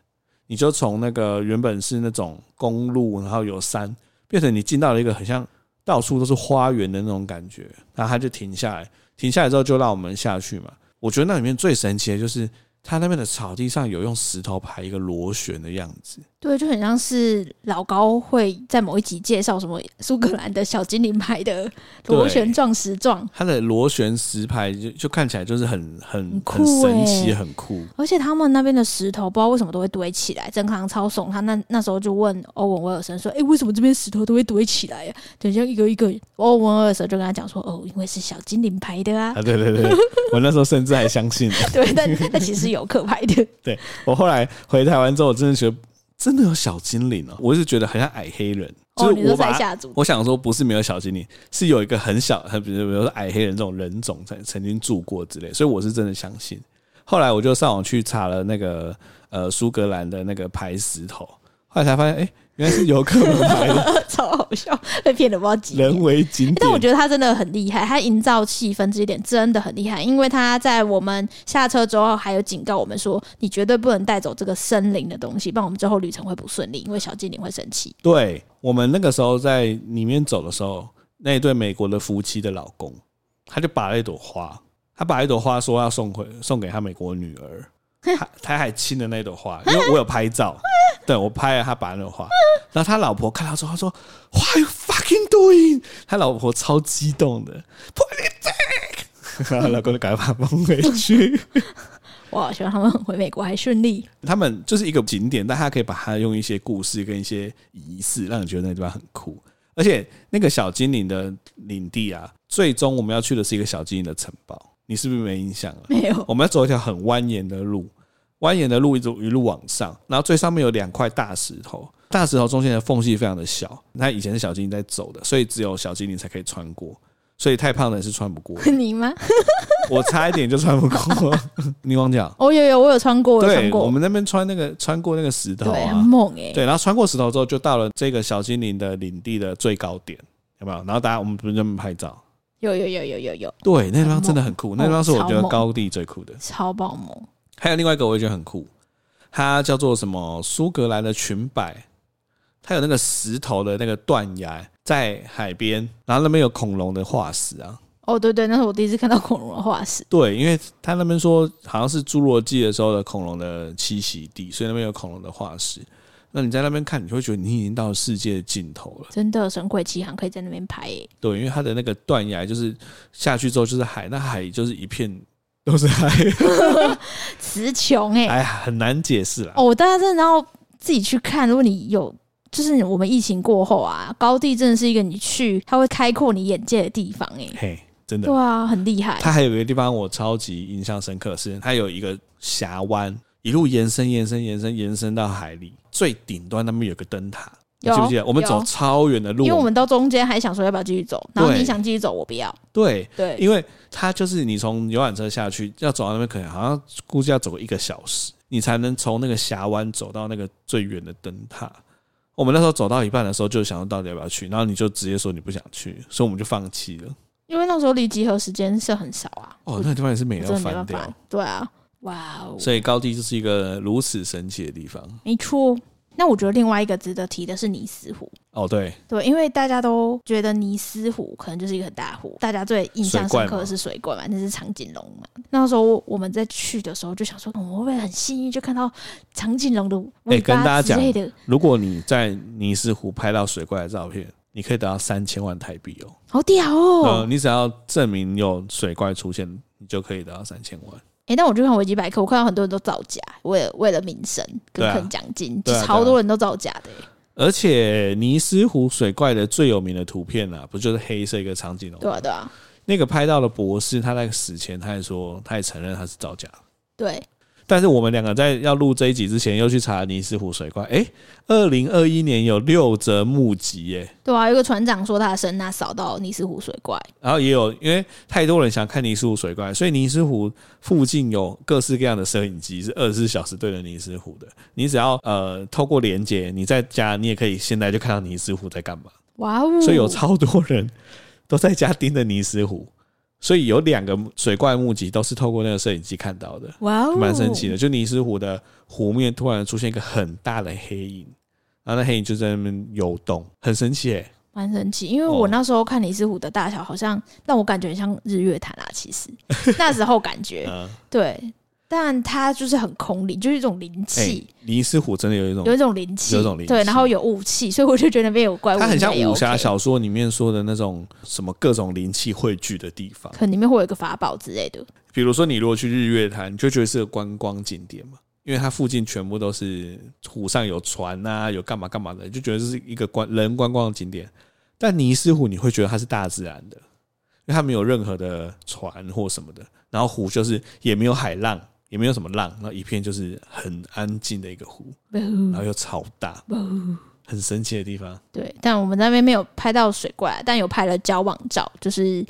你就从那个原本是那种公路，然后有山，变成你进到了一个很像到处都是花园的那种感觉。然后他就停下来，停下来之后就让我们下去嘛。我觉得那里面最神奇的就是他那边的草地上有用石头排一个螺旋的样子。对，就很像是老高会在某一集介绍什么苏格兰的小精灵牌的螺旋状石状，它的螺旋石牌就就看起来就是很很很酷神奇，欸很酷。而且他们那边的石头不知道为什么都会堆起来。曾康超怂，他那那时候就问欧文威尔森说：“诶，为什么这边石头都会堆起来啊呀、等一下一个一个。”欧文威尔森就跟他讲说：“哦，因为是小精灵牌的啊。啊，对对对， 我那时候甚至还相信了。 对，但但其实是游客牌的。我后来回台湾之后，我真的觉得真的有小精灵哦、我是觉得很像矮黑人，哦，就你是说我把在它下组我想说，不是没有小精灵，是有一个很小，很比如比如说矮黑人这种人种曾曾经住过之类，所以我是真的相信。后来我就上网去查了那个呃苏格兰的那个排石头，后来才发现，哎、原来是游客们 排 的超好笑，被骗了不知道几年。人为景但我点。觉得他真的很厉害，他营造气氛这一点真的很厉害，因为他在我们下车之后还有警告我们说，你绝对不能带走这个森林的东西，不然我们之后旅程会不顺利，因为小精灵会生气。对我们那个时候在里面走的时候，那一对美国的夫妻的老公，他就拔了一朵花，他把一朵花说要送回送给他美国女儿，他他还亲了那朵花，因为我有拍照，对我拍了他把那朵花，然后他老婆看到之后，他说 What are you fucking doing？他老婆超激动的，Put it back，然后老 公就赶快把它 放回去。哇，希望他们回美国还顺利。他们就是一个景点，但他可以把它用一些故事跟一些仪式，让你觉得那地方很酷。而且那个小精灵的领地啊，最终我们要去的是一个小精灵的城堡，你是不是没印象了？没 有，我们要走一条很蜿蜒的路，蜿蜒的路一直一路往上，然后最上面有两块大石头，大石头中间的缝隙非常的小，那以前是小精灵在走的，所以只有小精灵才可以穿过，所以太胖的人是穿不过的，你吗？我差一点就穿不过。你光讲，哦，有有，我有穿过，我有穿对，过，我们那边穿那个穿过那个石头对，很啊，猛哎、对，然后穿过石头之后，就到了这个小精灵的领地的最高点，有没有？然后大家我们不是在那边拍照，有有有有有有，对，那地方真的很酷，那地方是我觉超得猛高地最酷的。超爆猛！还有另外一个我也觉得很酷，它叫做什么苏格兰的裙摆，它有那个石头的那个断崖在海边，然后那边有恐龙的化石啊。哦，对对，那是我第一次看到恐龙的化石。对，因为他那边说好像是侏罗纪的时候的恐龙的栖息地，所以那边有恐龙的化石。那你在那边看，你就会觉得你已经到世界的尽头了。真的神鬼奇航可以在那边拍、 欸，对，因为它的那个断崖就是下去之后就是海，那海就是一片都是海，词穷哎、 哎呀，很难解释啦。哦，大家真的要自己去看。如果你有，就是我们疫情过后啊，高地真的是一个你去，它会开阔你眼界的地方哎、嘿，真的对。啊，很厉害。它还有一个地方我超级印象深刻是，它有一个峡湾，一路延伸、延伸、延伸、延伸到海里，最顶端那边有个灯塔，你有记不记得？我们有走超远的路，因为我们到中间还想说要不要继续走，然后对你想继续走，我不要。对，对，因为它就是你从游览车下去，要走到那边，可能好像估计要走一个小时，你才能从那个峡湾走到那个最远的灯塔。我们那时候走到一半的时候，就想到底要不要去，然后你就直接说你不想去，所以我们就放弃了。因为那时候离集合时间是很少啊，哦我，那地方也是美我到真的没办翻掉法，。对啊，哇哦，所以高地就是一个如此神奇的地方。没错。那我觉得另外一个值得提的是尼斯湖，哦，对，对，因为大家都觉得尼斯湖可能就是一个很大的湖，大家最印象深刻的是水怪嘛，那是长颈龙嘛。那时候我们在去的时候就想说，我们会不会很幸运就看到长颈龙的尾哎跟大家巴之讲类的？如果你在尼斯湖拍到水怪的照片，你可以得到三千万台币哦。好屌呃，哦！你只要证明有水怪出现，你就可以得到三千万。诶，哎但我去看维基百科，我看到很多人都造假，为了为了民生对跟啊啃奖金，对啊对啊超多人都造假的、欸而且尼斯湖水怪的最有名的图片啊，不就是黑色一个长颈龙？对啊，对啊，那个拍到的博士，他在死前他也说，他也承认他是造假的。对，但是我们两个在要录这一集之前，又去查尼斯湖水怪。诶，二零二一年有六则目击耶，对啊，有一个船长说他的声呐扫到尼斯湖水怪，然后也有因为太多人想看尼斯湖水怪，所以尼斯湖附近有各式各样的摄影机是二十四小时对着尼斯湖的。你只要呃透过连接，你在家你也可以现在就看到尼斯湖在干嘛。哇哦，所以有超多人都在家盯着尼斯湖，所以有两个水怪目击都是透过那个摄影机看到的。哇哦，蛮神奇的。就尼斯湖的湖面突然出现一个很大的黑影，然后那黑影就在那边游动，很神奇、欸。蛮神奇，因为我哦那时候看尼斯湖的大小，好像让我感觉很像日月潭啊。其 实那时候感觉嗯，对，但它就是很空灵，就是一种灵哎、气，尼斯湖真的有一种有，一种灵气，有一种灵气对，然后有雾气，所以我就觉得那边有怪物，它很像应该也武侠 OK，小说里面说的那种什么各种灵气汇聚的地方。可能里面会有一个法宝之类的。比如说，你如果去日月潭，你就觉得是个观光景点嘛。因为它附近全部都是湖上有船啊，有干嘛干嘛的，就觉得是一个观人观光的景点。但尼斯湖你会觉得它是大自然的，因为它没有任何的船或什么的，然后湖就是也没有海浪，也没有什么浪，然后一片就是很安静的一个湖，然后又超大，很神奇的地方。对，但我们那边没有拍到水怪，但有拍了交往照，就是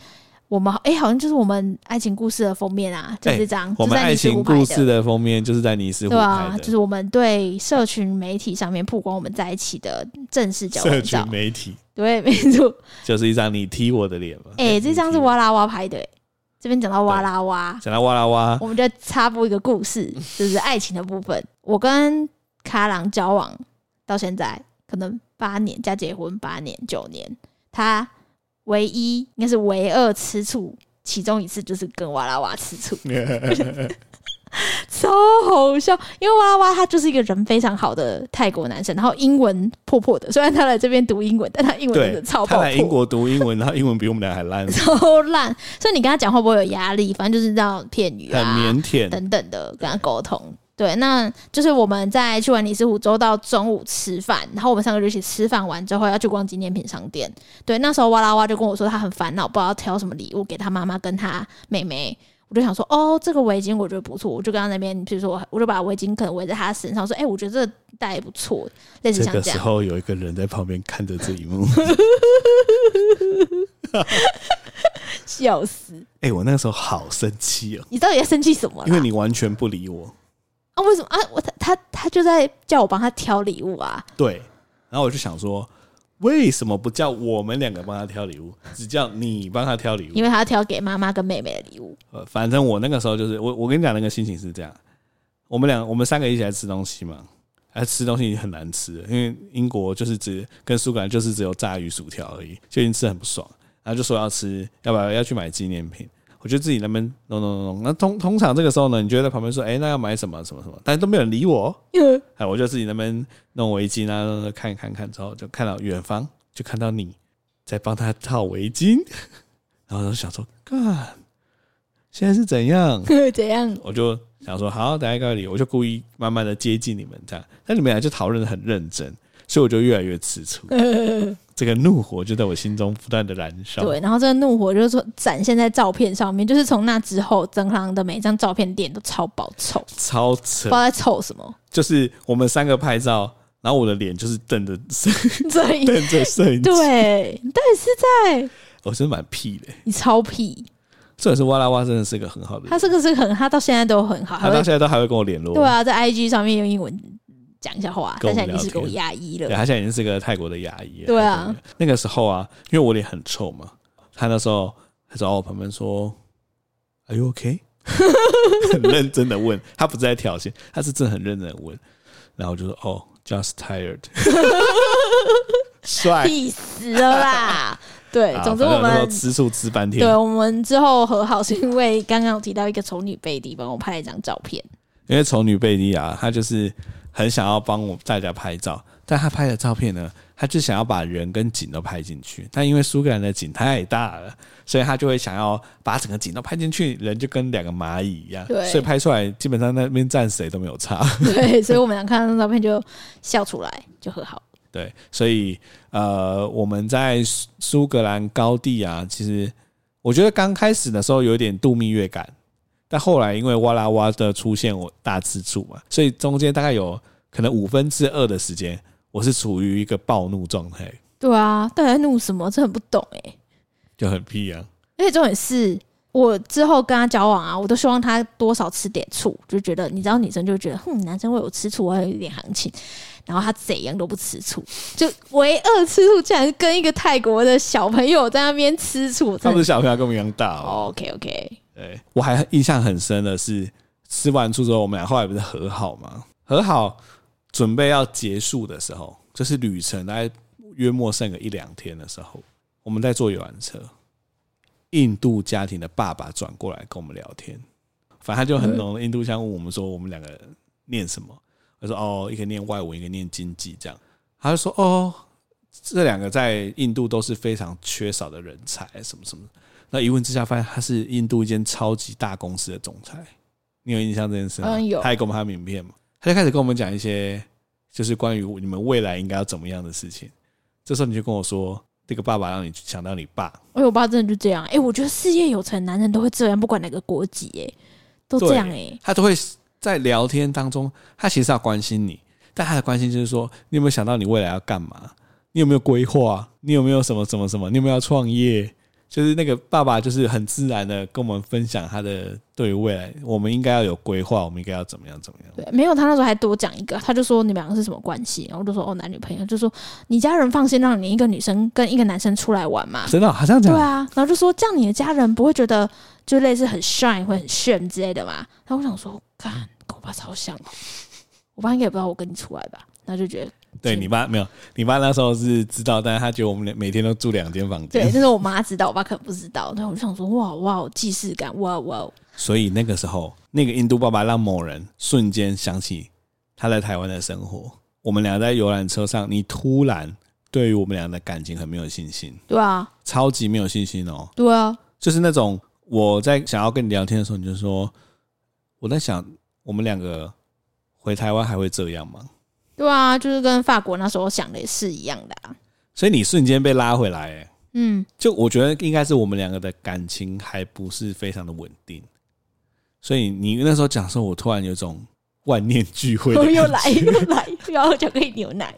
我们哎、好像就是我们爱情故事的封面啊，就哎这张，我就们在爱尼斯湖情拍故的事的封面就是在尼斯湖对啊拍，就的，是我们对社群媒体上面曝光我们在一起的正式交社往群照。媒体对，没错。就是一张你踢我的脸嘛。 哎、这张是我。哇啦哇拍的、欸，这边讲到哇啦哇，讲到哇啦哇， 我们就插播一个故事，就是爱情的部分。我跟卡郎交往到现在可能八年，加结婚八年九年，他唯一应该是唯二吃醋，其中一次就是跟哇啦哇吃 醋，超好笑。因为哇啦哇他就是一个人非常好的泰国男生，然后英文破破的，虽然他来这边读英文，但他英文真对的超，他爆来英破。国读英文，然后英文比我们俩还 烂，超烂，所以你跟他讲话不会有压力，反正就是这样骗语很啊，腼腆。等等的跟他沟通。对，那就是我们在去完尼斯湖之后到中午吃饭，然后我们三个就一起吃饭完之后要去逛纪念品商店。对，那时候哇啦哇就跟我说他很烦恼，不知道挑什么礼物给他妈妈跟他妹妹。我就想说，哦，这个围巾我觉得不错，我就跟他那边，比如说我我就把围巾可能围在他身上，说，哎、我觉得这个戴也不错，类似这像个这时样。候有一个人在旁边看着这一幕，笑死！ 哎，我那个时候好生气哦，你到底在生气什么啦？因为你完全不理我。啊，为什么啊？我他他他就在叫我帮他挑礼物啊，对，然后我就想说，为什么不叫我们两个帮他挑礼物，只叫你帮他挑礼因物？为他要挑给妈妈跟妹妹的 礼物。 呃，反正我那个时候就是我，我跟你讲那个心情是这样，我们俩我们三个一起来吃东西嘛。哎，吃东西已经很难吃了，因为英国就是只跟苏格兰就是只有炸鱼薯条而已，就已经吃得很不爽。然后就说要吃，要不要要去买纪念品？我就自己那边弄弄弄弄。那通通常这个时候呢，你就会在旁边说，哎、那要买什么什么什么，但是都没有人理我。哎，我就自己那边弄围巾啊，弄弄看看看之后，就看到远方，就看到你在帮他套围巾， 然后我就想说，干，现在是怎样？怎样？我就想说，好，等一下告诉你，我就故意慢慢的接近你们这样，但你们俩就讨论的很认真，所以我就越来越吃醋，这个怒火就在我心中不断的燃烧。对，然后这个怒火就是说展现在照片上面，就是从那之后，曾康的每一张照片脸都超爆臭，不超知扯，道在臭什么。就是我们三个拍照，然后我的脸就是瞪着所以，瞪着摄影 机，对，你到底是在我真的蛮屁的、欸。你超屁？这也是哇啦哇，真的是个很好的人，他这个是很，他到现在都很好，他还到会现在都还会跟我联络。对啊，在 IG 上面用英文讲一下话，跟但现我们在已经是给我压抑对，了。他现在已经是个泰国的牙医了。对啊，那个时候啊，因为我脸很臭嘛，他那时候他走到我旁边说：“Are you OK？” 很认真的问，他不是在挑衅，他是真的很认真的问。然后我就说：“哦，just tired。”帅，屁死了啦！对，啊总之反正我那时候们吃醋吃半天对，我们之后和好是因为刚刚有提到一个丑女贝蒂帮我拍了一张照片， 因为丑女贝利亚，她就是很想要帮我大家拍照，但他拍的照片呢，他就想要把人跟景都拍进去。但因为苏格兰的景太大了，所以他就会想要把整个景都拍进去，人就跟两个蚂蚁一样，对所以拍出来基本上那边站谁都没有差。对，所以我们俩看到那照片就笑出来，就和好。对，所以呃，我们在苏苏格兰高地啊，其实我觉得刚开始的时候有一点度蜜月感，但后来因为哇啦哇的出现，我大吃醋嘛，所以中间大概有可能五分之二的时间，我是处于一个暴怒状态，对啊，到底在怒什么？真的很不懂哎、就很屁啊。而且重点是我之后跟他交往啊，我都希望他多少吃点醋，就觉得你知道女生就觉得，哼，男生为我吃醋，我还有一点行情。然后他怎样都不吃醋，就唯二吃醋，竟然是跟一个泰国的小朋友在那边吃醋。他真不的是小朋友跟我们一样大哦。 OK OK，对我还印象很深的是，吃完醋之后，我们俩后来不是和好吗？和好准备要结束的时候，就是旅程大概约莫剩个一两天的时候，我们在坐游览车，印度家庭的爸爸转过来跟我们聊天，反正他就很嗯浓的印度腔问我们说我们两个念什么，我说哦，一个念外文，一个念经济这样，他就说哦。这两个在印度都是非常缺少的人才，什么什么那一问之下发现他是印度一间超级大公司的总裁，你有印象这件事吗？嗯有他还给我们他的名片嘛，他就开始跟我们讲一些就是关于你们未来应该要怎么样的事情。这时候你就跟我说，这个爸爸让你想到你爸，哎，我爸真的就这样。哎、我觉得事业有成，男人都会这样，不管哪个国籍、哎，都这样哎、他都会在聊天当中，他其实要关心你，但他的关心就是说，你有没有想到你未来要干嘛？你有没有规划？你有没有什么什么什么？你有没有要创业？就是那个爸爸，就是很自然的跟我们分享他的对于未来，我们应该要有规划，我们应该要怎么样怎么样。对，没有他那时候还多讲一个，他就说你们两个是什么关系，然后我就说哦男女朋友，就说你家人放心让你一个女生跟一个男生出来玩嘛，真的、哦好像这对样，啊，然后就说这样你的家人不会觉得就类似很 shine 会很炫之类的嘛，然后我想说，看跟我爸超像哦，我爸应该也不知道我跟你出来吧，然后就觉得对是你爸没有，你爸那时候是知道，但是他觉得我们每天都住两间房对，间那，时候我妈知道，我爸可能不知道，然后我就想说哇哇既视感哇哦哇，所以那个时候，那个印度爸爸让某人瞬间想起他在台湾的生活。我们俩在游览车上，你突然对于我们俩的感情很没有信心，对啊超级没有信心哦。对啊，就是那种我在想要跟你聊天的时候，你就说我在想，我们两个回台湾还会这样吗？对啊，就是跟法国那时候想的也是一样的、啊，所以你瞬间被拉回来、欸，嗯。就我觉得应该是我们两个的感情还不是非常的稳定，所以你那时候讲的时候，我突然有种万念俱灰的我感觉又来又来，又要巧克力牛 奶。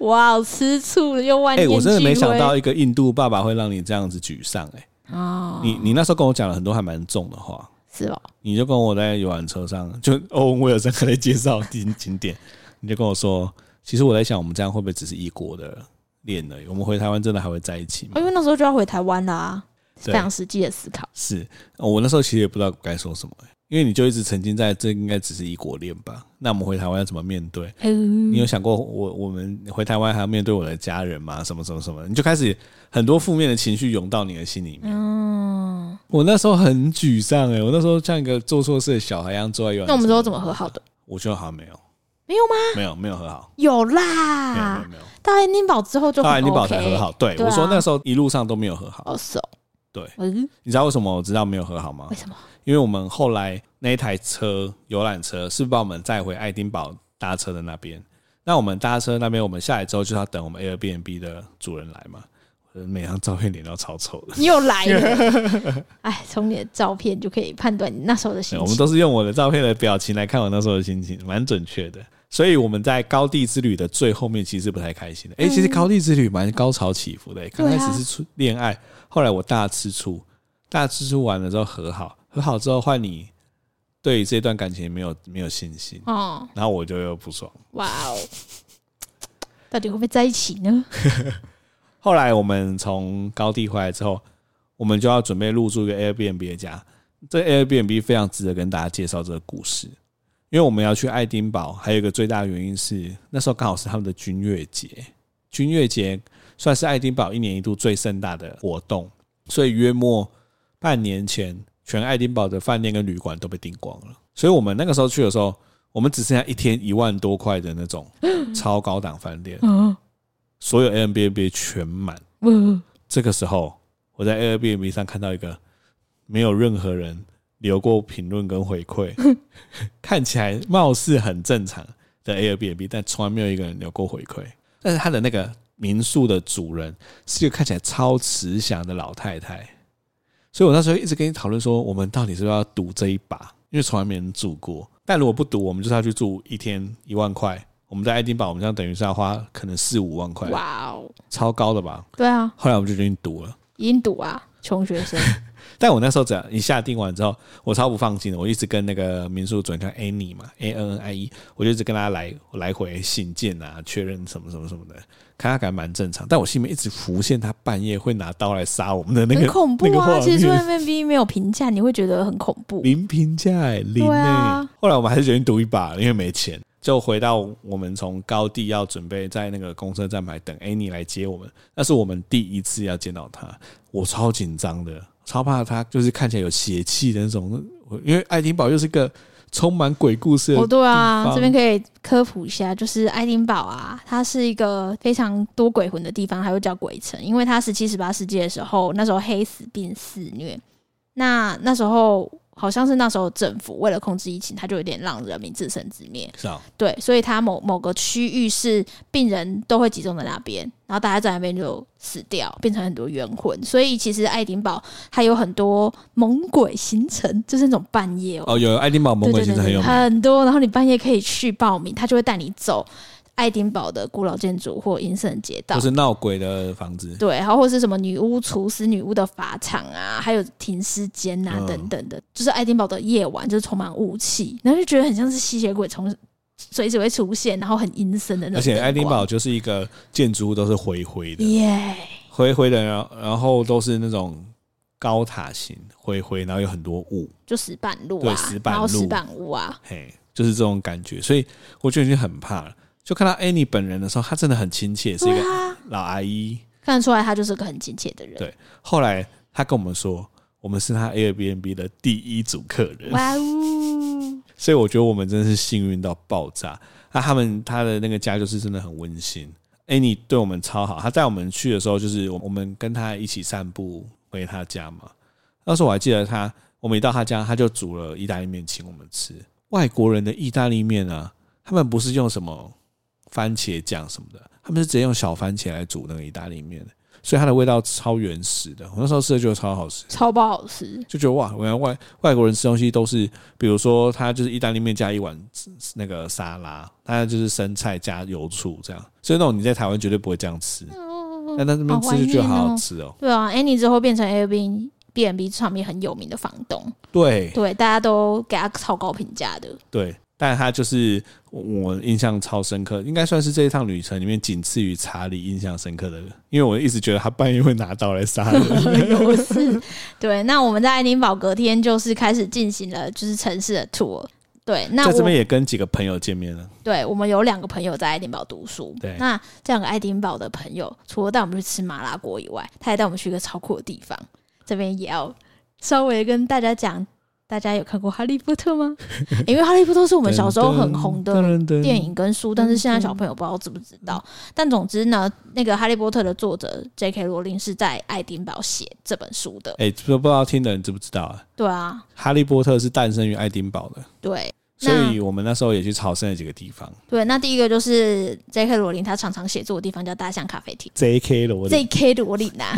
哇，吃醋了又万哎、念俱欸灰。我真的没想到一个印度爸爸会让你这样子沮丧。哎，啊，你你那时候跟我讲了很多还蛮重的话，是哦吧？你就跟我在游览车上，就 欧文威尔森还在介绍景景点，你就跟我说，其实我在想，我们这样会不会只是一国的恋而已？我们回台湾真的还会在一起吗哦因？为那时候就要回台湾啦、是对非常实际的思考。是哦我那时候其实也不知道该说什么、哎因为你就一直沉浸在这应该只是一国恋吧？那我们回台湾要怎么面对？你嗯，有想过我我们回台湾还要面对我的家人吗？什么什么什么？你就开始很多负面的情绪涌到你的心里面。嗯我那时候很沮丧哎、我那时候像一个做错事的小孩一样坐在游览车那我们之后怎么和好的？我觉得好像没有，没有吗？没有，没有和好，有没有，没有，啦，没有。大爱丁堡之后就当然，很你 OK, 宝才和好。对，对啊我说那时候一路上都没有和好。哦，是哦，对，嗯，你知道为什么我知道没有和好吗为？什么？因为我们后来那一台车游览车是把我们载回爱丁堡搭车的那边。那我们搭车那边，我们下来之后就是要等我们 Airbnb 的主人来嘛。我的每张照片脸都超丑的，你又来了， 哎，从你的照片就可以判断你那时候的心情。对哎我们都是用我的照片的表情来看我那时候的心情，蛮准确的。所以我们在高地之旅的最后面其实不太开心的。哎、其实高地之旅蛮高潮起伏的、诶刚嗯对开啊始是出恋爱，后来我大吃醋，大吃醋完了之后和好，和好之后换你对这段感情没有没有信心，哦，然后我就又不爽。哇哦，到底会不会在一起呢？后来我们从高地回来之后，我们就要准备入住一个 Airbnb 的家。这个 Airbnb 非常值得跟大家介绍这个故事，因为我们要去爱丁堡，还有一个最大的原因是那时候刚好是他们的军乐节。军乐节算是爱丁堡一年一度最盛大的活动，所以约莫半年前，全爱丁堡的饭店跟旅馆都被订光了。所以我们那个时候去的时候，我们只剩下一天一万多块的那种超高档饭店，嗯所有 Airbnb 全满。嗯，这个时候，我在 Airbnb 上看到一个没有任何人留过评论跟回馈， 看起来貌似很正常的 Airbnb，但从来没有一个人留过回馈。但是他的那个民宿的主人是一个看起来超慈祥的老太太，所以我那时候一直跟你讨论说，我们到底是不是要赌这一把？因为从来没人住过。但如果不赌，我们就是要去住一天一万块。我们在爱丁堡，我们这样等于是要花可能四五万块，哇哦，超高的吧？对啊，后来我们就决定赌了。阴赌啊，穷学生，但我那时候只要一下定完之后，我超不放心的，我一直跟那个民宿主人叫 Annie 嘛，A N N I E，我就一直跟他来来回信件啊，确认什么什么什么的，看他感觉蛮正常，但我心里面一直浮现他半夜会拿刀来杀我们的那很个恐怖那个画啊。面其实外面 B 没有评价，你会觉得很恐 怖。零评价欸零对哎、啊后来我们还是决定赌一把，因为没钱，就回到我们从高地要准备在那个公车站牌等 Annie 来接我们，那是我们第一次要见到她，我超紧张的，超怕她就是看起来有邪气的那种，我因为爱丁堡又是个充满鬼故事的哦，对地啊，方这边可以科普一下，就是爱丁堡啊，它是一个非常多鬼魂的地方，它又叫鬼城，因为它十七、十八世纪的时候，那时候黑死病肆虐，那那时候好像是那时候政府为了控制疫情，它就有点让人民自生自灭，是啊，对，所以它某某个区域是病人都会集中在那边，然后大家在那边就死掉，变成很多冤魂。所以其实爱丁堡它有很多猛鬼行程，就是那种半夜哦，哦，有爱丁堡对猛对鬼其对实很对有名，很多，然后你半夜可以去报名，他就会带你走爱丁堡的古老建筑或阴森街道就。是闹鬼的房子，对，然后或是什么女巫、厨师、女巫的法场啊，还有停尸间啊、嗯等等的，就是爱丁堡的夜晚就是充满雾气，然后就觉得很像是吸血鬼从随时会出现，然后很阴森的那种。而且爱丁堡，就是一个建筑物都是灰灰的，耶、灰灰的，然后然后都是那种高塔型灰灰，然后有很多雾，就石板路啊，对石板然后路石板屋啊，嘿，就是这种感觉，所以我就已经很怕了。就看到 Annie 本人的时候，她真的很亲切，是一对个啊，老阿姨。看得出来他就是个很亲切的人。对后来她跟我们说，我们是她 Airbnb 的第一组客人，哇哦，所以我觉得我们真的是幸运到爆炸。那他们他的那个家就是真的很温馨。Annie 对我们超好，她带我们去的时候，就是我我们跟她一起散步回她家嘛。那时候我还记得她，我们一到她家，她就煮了意大利面请我们吃。外国人的意大利面啊，他们不是用什么番茄酱什么的，他们是直接用小番茄来煮那个意大利面的，所以它的味道超原始的。我那时候吃的就超好吃。超爆好吃，就觉得哇，原来外外国人吃东西都是，比如说他就是意大利面加一碗那个沙拉，他就是生菜加油醋这样，所以那种你在台湾绝对不会这样吃，哦但在那边吃就觉得好好吃哦。对啊，Annie 之后变成 Airbnb B&B 上面很有名的房东，对对，大家都给他超高评价的。对，但他就是我印象超深刻，应该算是这一趟旅程里面仅次于查理印象深刻的，因为我一直觉得他半夜会拿刀来杀 人。有事。 对，那我们在爱丁堡隔天就是开始进行了就是城市的 tour。对，那在这边我也跟几个朋友见面了，对我们有两个朋友在爱丁堡读书对，那这两个爱丁堡的朋友，除了带我们去吃麻辣锅以外，他还带我们去一个超酷的地方。这边也要稍微跟大家讲，大家有看过《哈利波特》 吗？因为《哈利波特》是我我们小时候很红的电影跟书，但是现在嗯小朋友不知道知不知道。但总之呢，那个《哈利波特》的作者 J.K. 罗琳是在爱丁堡写这本书的。哎、不不知道听的人知不知道啊？对啊，哈利波特是诞生于爱丁堡的。对所以我们那时候也去朝圣了几个地方对。那第一个就是 J.K. 罗琳，他常常写作的地方叫大象咖啡厅。 ，J.K. 罗琳， J.K. 罗琳 啊，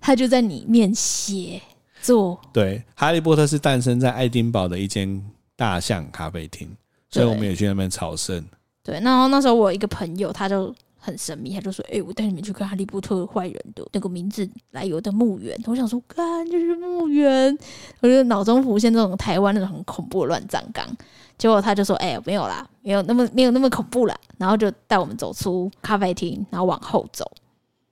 他就在里面写作。对，《哈利波特》是诞生在爱丁堡的一间大象咖啡厅，所以我们也去那边朝圣。对，然后那时候我有一个朋友，他就很神秘，他就说：“哎、我带你们去看《哈利波特坏人的那个名字来由的墓园。”我想说，看就是墓园，我就脑中浮现这种台湾那种很恐怖的乱葬岗。结果他就说：“哎、没有啦，没有那么没有那么恐怖啦。”然后就带我们走出咖啡厅，然后往后走，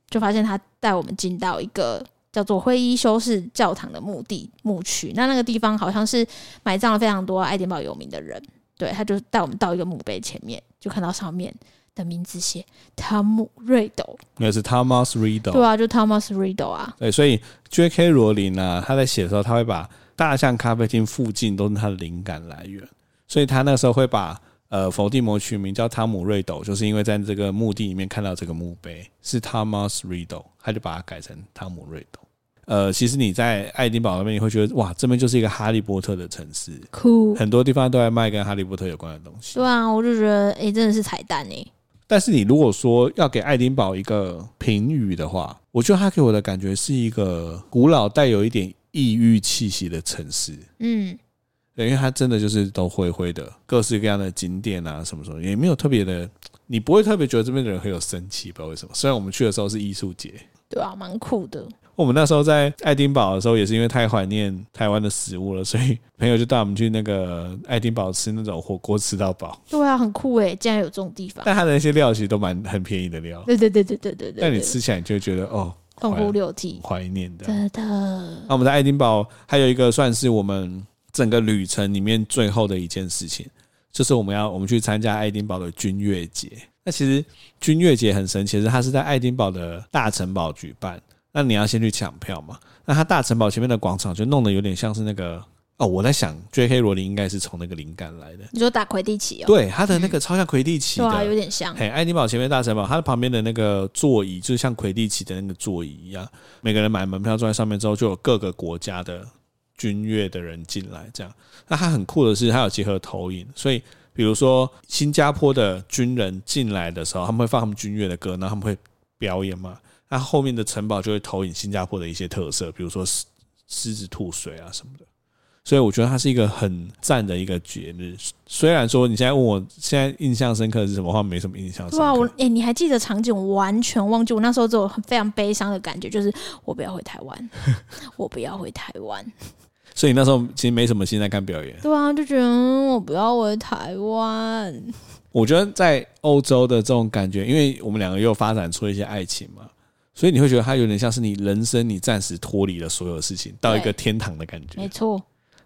就发现他带我们进到一个。叫做灰衣修士教堂的墓地墓区，那那个地方好像是埋葬了非常多爱丁堡有名的人。对，他就带我们到一个墓碑前面，就看到上面的名字写汤姆瑞斗，那是 Thomas 对 Riddle，啊，就 Thomas Riddle 啊，对，所以 J.K. 罗琳呢，他在写的时候，他会把大象咖啡厅附近都是他的灵感来源。所以他那时候会把呃伏地魔取名叫汤姆瑞斗，就是因为在这个墓地里面看到这个墓碑是 Thomas Riddle，他就把它改成汤姆瑞斗。呃，其实你在爱丁堡那边，你会觉得哇，这边就是一个哈利波特的城市，酷。很多地方都在卖跟哈利波特有关的东西。对啊，我就觉得诶、真的是彩蛋诶、但是你如果说要给爱丁堡一个评语的话，我觉得它给我的感觉是一个古老带有一点异域气息的城市。嗯，对，因为它真的就是都灰灰的，各式各样的景点啊，什么什么，也没有特别的，你不会特别觉得这边的人很有生气，不知道为什么。虽然我们去的时候是艺术节，对啊，蛮酷的。我们那时候在爱丁堡的时候，也是因为太怀念台湾的食物了，所以朋友就带我们去那个爱丁堡吃那种火锅吃到饱，对啊，很酷诶、竟然有这种地方。但它的那些料其实都蛮很便宜的料， 对对对对对对对。但你吃起来你就会觉得哦，痛怀哭六涕，怀念的。真的。那我们在爱丁堡还有一个算是我们整个旅程里面最后的一件事情，就是我们要我们去参加爱丁堡的军乐节。那其实军乐节很神奇，是它是在爱丁堡的大城堡举办。那你要先去抢票嘛？那它大城堡前面的广场就弄得有点像是那个哦，我在想 J.K. 罗琳应该是从那个灵感来的。你说打魁地奇哦、对，它的那个超像魁地奇对啊，有的，点像。嘿，爱丁堡前面大城堡，它的旁边的那个座椅就是像魁地奇的那个座椅一样，每个人买门票坐在上面之后，就有各个国家的军乐的人进来，这样。那它很酷的是，它有结合投影，所以比如说新加坡的军人进来的时候，他们会放他们军乐的歌，然后他们会表演嘛。那后面的城堡就会投影新加坡的一些特色，比如说狮狮子吐水啊什么的。所以我觉得它是一个很赞的一个节日。虽然说你现在问我现在印象深刻的是什么话，没什么印象深刻。对啊，我诶、你还记得场景？我完全忘记。我那时候只有很非常悲伤的感觉，就是我不要回台 湾，我不要回台湾。所以那时候其实没什么心在看表演。对啊，就觉得、嗯我不要回台湾。我觉得在欧洲的这种感觉，因为我们两个又发展出一些爱情嘛，所以你会觉得它有点像是你人生你暂时脱离了所有事情，到一个天堂的感没觉。错，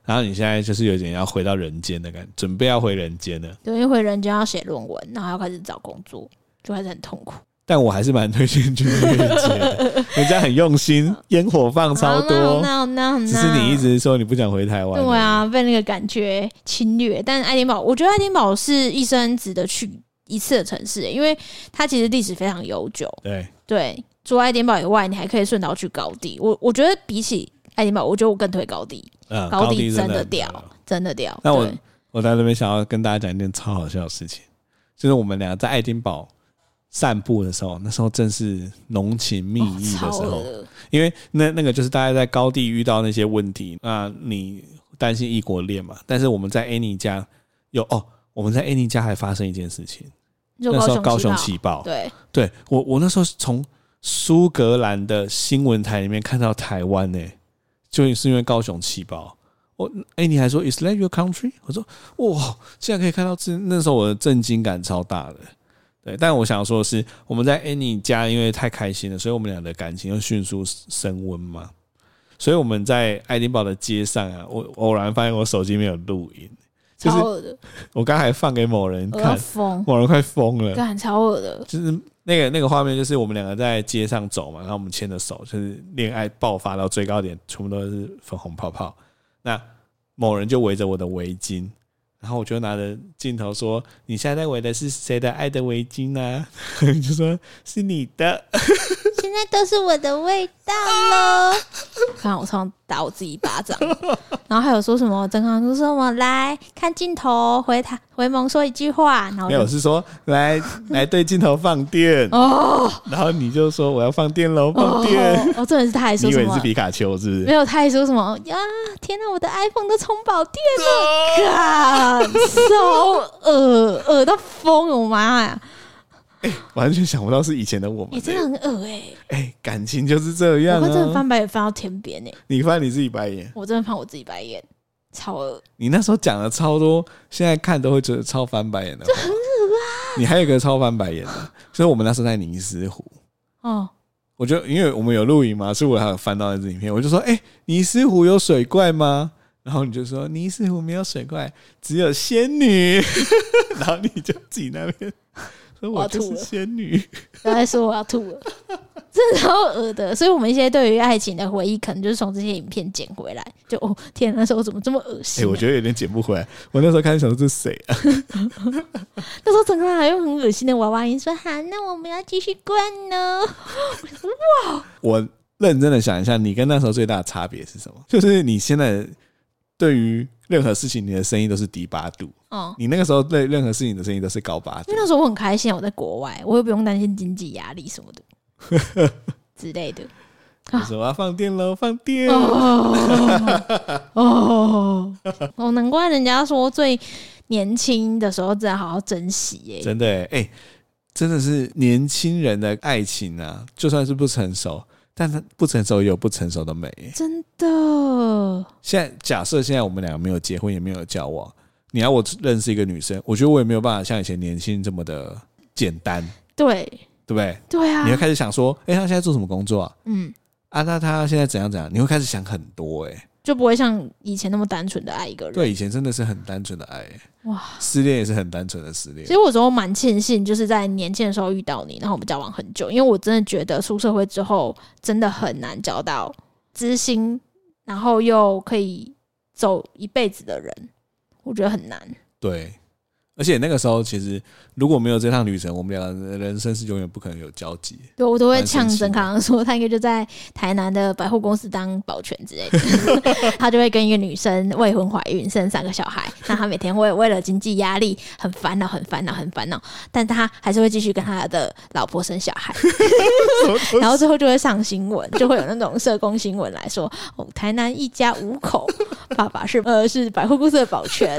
然后你现在就是有点要回到人间的感觉，准备要回人间了。对，一回人家要写论文，然后要开始找工作，就开始很痛苦。但我还是蛮推荐去音乐节的，人家很用心，烟火放超多。啊那那那，只是你一直说你不想回台湾，对，啊，被那个感觉侵略。但爱丁堡，我觉得爱丁堡是一生值得去一次的城市，因为它其实历史非常悠久。对，对，除了爱丁堡以外，你还可以顺道去高地。我我觉得比起爱丁堡，我觉得我更推高地，嗯，高地地真的的很屌，真的屌。那我对我在这边想要跟大家讲一件超好笑的事情，就是我们俩在爱丁堡散步的时候，那时候正是浓情蜜哦意的超时候，恶因为那那个就是大家在高地遇到那些问题，那你担心异国恋嘛？但是我们在 Annie 家有哦，我们在 Annie 家还发生一件事情，就那时候高高雄雄气气爆，对，对我我那时候是从苏格兰的新闻台里面看到台湾呢、就是因为高雄气爆。我哎、你还说 Is that your country？我说哇，竟然可以看到这，那时候我的震惊感超大的。对，但我想说的是，我们在 Annie 家因为太开心了，所以我们俩的感情又迅速升温嘛。所以我们在爱丁堡的街上啊，我偶然发现我手机没有录音，就是超恶的，我刚才放给某人我要看，疯，某人快疯了。干超恶的，就是那个那个画面，就是我们两个在街上走嘛，然后我们牵着手，就是恋爱爆发到最高点，全部都是粉红泡泡。那某人就围着我的围巾，然后我就拿着镜头说：“你现在在围的是谁的爱的围巾呢、啊？” 就说：“是你的。现在都是我的味道喽。看我常常打我自己一巴掌， 然后还有说什么，曾康就说什么来看镜头，回他回蒙说一句话，然”后我没就有，是说来来对镜头放电，哦然后你就说：“我要放电喽，放哦电。哦，真的是他还你说以什为你么啊是？皮卡丘是不是没？有，他还说什么呀？天哪，我的 iPhone 都充饱电了，干，超恶恶到疯了，我妈呀！完全想不到是以前的我你们、真的很恶哎、哎、感情就是这样我快真的啊！翻白眼翻到天边哎、你翻你自己白眼。我真的翻我自己白眼，超恶。你那时候讲了超多，现在看都会觉得超翻白眼的。这很恶啊！你还有一个超翻白眼啊的，就是我们那时候在尼斯湖，哦，我就因为我们有录影嘛，所以我还有翻到那支影片，我就说：“哎、尼斯湖有水怪吗？”然后你就说：“尼斯湖没有水怪，只有仙女。” 然后你就自己那边说：“我我要吐就了是仙女。不要再说我要吐了， 真的超恶的。所以我们现在对于爱情的回忆，可能就是从这些影片捡回来。就哦，天啊，那时候我怎么这么恶哎、心啊、我觉得有点捡不回来。我那时候开始想说这是谁啊？那时候整个人还用很恶心的娃娃音说：“好，那我们要继续哦灌呢。我认真的想一下，你跟那时候最大的差别是什么？就是你现在对于任何事情，你的声音都是低八度，”哦，你那个时候对任何事情的声音都是高八度因为。那时候我很开心，啊我在国外，我又不用担心经济压力什么的 之类的。我说我要放电喽，放电！ 哦哦哦，难怪人家说最年轻的时候真的好好珍惜耶、真的哎、欸真的是年轻人的爱情啊，就算是不成熟，但他不成熟也有不成熟的美、欸真的。现在假设现在我们两个没有结婚，也没有交往，你要我认识一个女生，我觉得我也没有办法像以前年轻这么的简单，对对不对？对啊你会，开始想说，哎、她现在做什么工作啊？嗯，啊，那她现在怎样怎样？你会开始想很多、欸，就不会像以前那么单纯的爱一个人。对，以前真的是很单纯的爱、欸哇，失恋也是很单纯的失恋其。实我有时候蛮庆幸，就是在年轻的时候遇到你，然后我们交往很久，因为我真的觉得出社会之后真的很难交到知心，然后又可以走一辈子的人，我觉得很难。对，而且那个时候其实如果没有这趟旅程，我们两个人生是永远不可能有交集。对我都会蛮神呛奇曾的康说，他应该就在台南的百货公司当保全之类的， 他就会跟一个女生未婚怀孕，生三个小孩，那他每天会为了经济压力很烦恼，很烦恼，很烦恼，但他还是会继续跟他的老婆生小 孩， 然后最后就会上新闻，就会有那种社工新闻来说，哦，台南一家五口，爸爸是呃是百货公司的保全，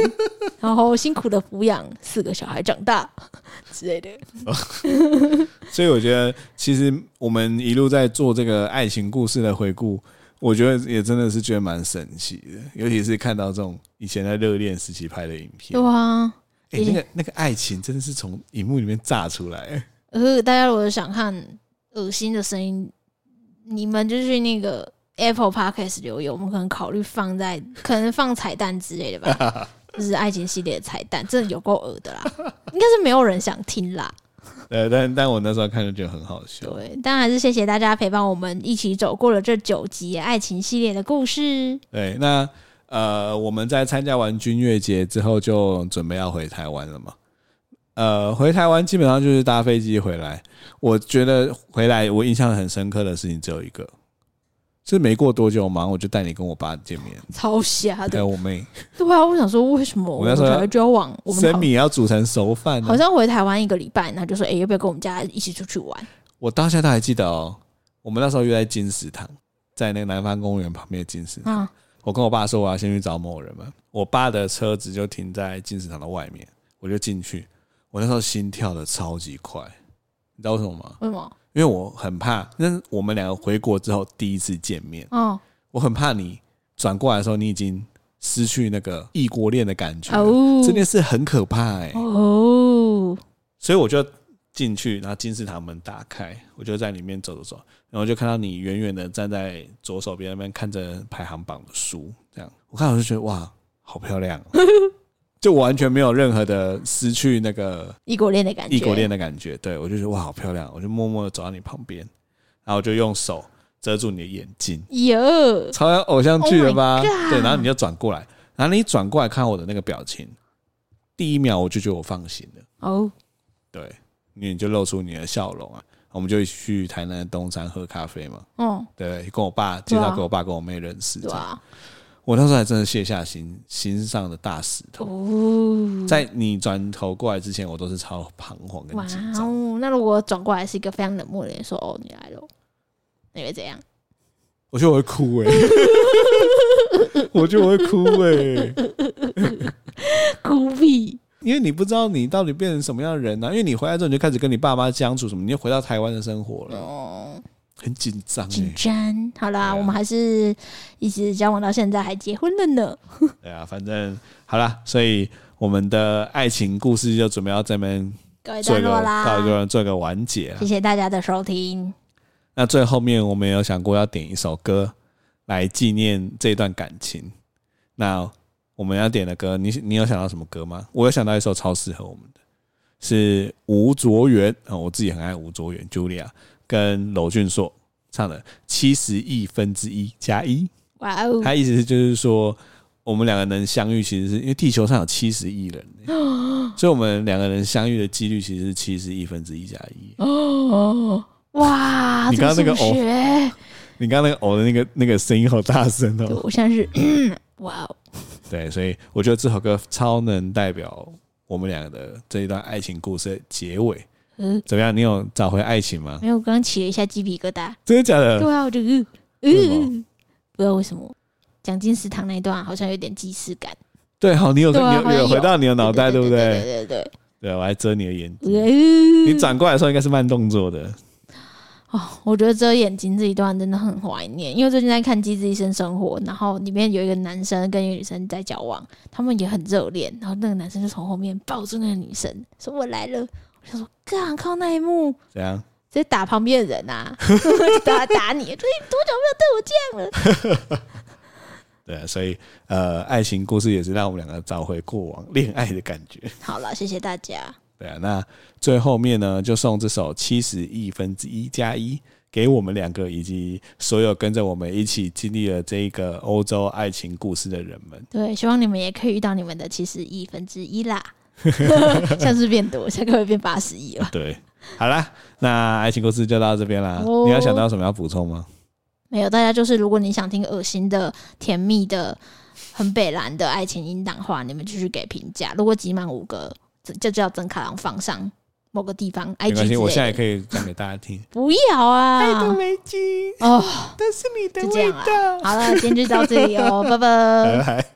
然后辛苦的抚养四个小孩长大 之类的，所以我觉得，其实我们一路在做这个爱情故事的回顾，我觉得也真的是觉得蛮神奇的，尤其是看到这种以前在热恋时期拍的影片对，啊。哎、那个那个爱情真的是从荧幕里面炸出来。欸呃，大家如果想看恶心的声音，你们就去那个 Apple Podcast 留言，我们可能考虑放在可能放彩蛋之类的吧， 就是爱情系列的彩蛋，真的有够恶的啦， 应该是没有人想听啦。呃，但但我那时候看就觉得很好笑。对，但还是谢谢大家陪伴我们一起走过了这九集爱情系列的故事。对，那呃，我们在参加完军乐节之后，就准备要回台湾了嘛。呃，回台湾基本上就是搭飞机回来。我觉得回来我印象很深刻的事情只有一个，就是没过多久，忙我就带你跟我爸见面，超瞎还的有，我妹。啊对啊，我想说为什么我我那们时候才会交往？我们生好米要煮成熟饭啊呢、好像回台湾一个礼拜，然后就说，哎、要不要跟我们家一起出去玩？我到现在都还记得哦。我们那时候约在金石堂，在那个南方公园旁边的金石堂。啊，我跟我爸说我要先去找某人嘛，我爸的车子就停在金石堂的外面，我就进去。我那时候心跳的超级快，你知道为什么吗？为什么？因为我很怕，那是我们两个回国之后第一次见面，哦。我很怕你转过来的时候，你已经失去那个异国恋的感觉了。哦，这件事很可怕哎、哦，所以我就进去，然后金字塔门打开，我就在里面走走走，然后就看到你远远的站在左手边那边看着排行榜的书，这样我看我就觉得哇，好漂亮、哦， 就完全没有任何的失去那个异国恋的感觉，异国恋的感觉。对我就觉得哇，好漂亮，我就默默的走到你旁边，然后我就用手遮住你的眼睛，哟，超像偶像剧了吧 Oh my god 对，然后你就转过来，然后你转过来看我的那个表情，第一秒我就觉得我放心了。哦，对，你就露出你的笑容啊。我们就一起去台南的东山喝咖啡嘛，哦，对，跟我爸介对啊绍给我爸跟我妹认识。对这样啊，我那时候还真的卸下心心上的大石啊头，哦，在你转头过来之前，我都是超彷徨跟哇紧张。哦，那如果转过来是一个非常冷漠的人说，哦，你来了，你会怎样？我觉得我会哭 哎、我觉得我会哭哎、孤僻，因为你不知道你到底变成什么样的人呢、啊？因为你回来之后，你就开始跟你爸妈相处什么，你又回到台湾的生活了，哦，很紧张紧哎。张。好对啦，啊我们还是一直交往到现在，还结婚了呢。对啊，反正好啦，所以我们的爱情故事就准备要这边告一做段一个落告一个啦，人做一个完结啊谢。谢大家的收听。那最后面我们有想过要点一首歌来纪念这段感情。那我们要点的歌，你你有想到什么歌吗？我有想到一首超适合我们的，是吴卓源啊、哦我自己很爱吴卓源 Julia 跟娄俊硕唱的《七十亿分之一加一哇哦》，，他意思就是说，我们两个能相遇，其实是因为地球上有七十亿人，嗯所以我们两个人相遇的几率其实是七十亿分之一加啊一。哦，哇！你这刚刚那个数学，你刚刚那个哦的那个那个声音好大声哦，我现在是哇哦，对，所以我觉得这首歌超能代表我们两个的这一段爱情故事的结尾。嗯，怎么样？你有找回爱情吗？没有，我刚刚起了一下鸡皮疙瘩。真的假的？嗯对啊，我就嗯呃为什么嗯，不知道为什么蒋经食堂那一段好像有点既视感，对，好，你有对啊好你有像有回有到你的脑袋，对不对？对？对对对对，我还遮你的眼睛。对，嗯你转过来的时候应该是慢动作的，哦，我觉得遮眼睛这一段真的很怀念，因为最近在看《机智医生生活》，然后里面有一个男生跟一个女生在交往，他们也很热恋，然后那个男生就从后面抱住那个女生，说：“我来了。”我想说，干靠那一幕，怎样？直接打旁边的人啊， 就打打你，说你多久没有对我这样了？对啊，所以呃，爱情故事也是让我们两个找回过往恋爱的感觉。好了，谢谢大家，对啊，那最后面呢，就送这首七十亿分之一加一给我们两个，以及所有跟着我们一起经历了这个欧洲爱情故事的人们。对，希望你们也可以遇到你们的七十亿分之一 啦，下次变多，下个会变八十亿了，对，好啦，那爱情故事就到这边啦。哦你要想到什么要补充吗？没有，大家就是如果你想听恶心的、甜蜜的、很北蓝的爱情音档的话，你们继续给评价。如果集满五个，这就叫真卡郎放上某个地方没 IG 关系，我现在也以可以讲给大家听。不要啊！围巾，哦，但是你的就这样啊。好了，今天就到这里哦，拜拜拜。拜。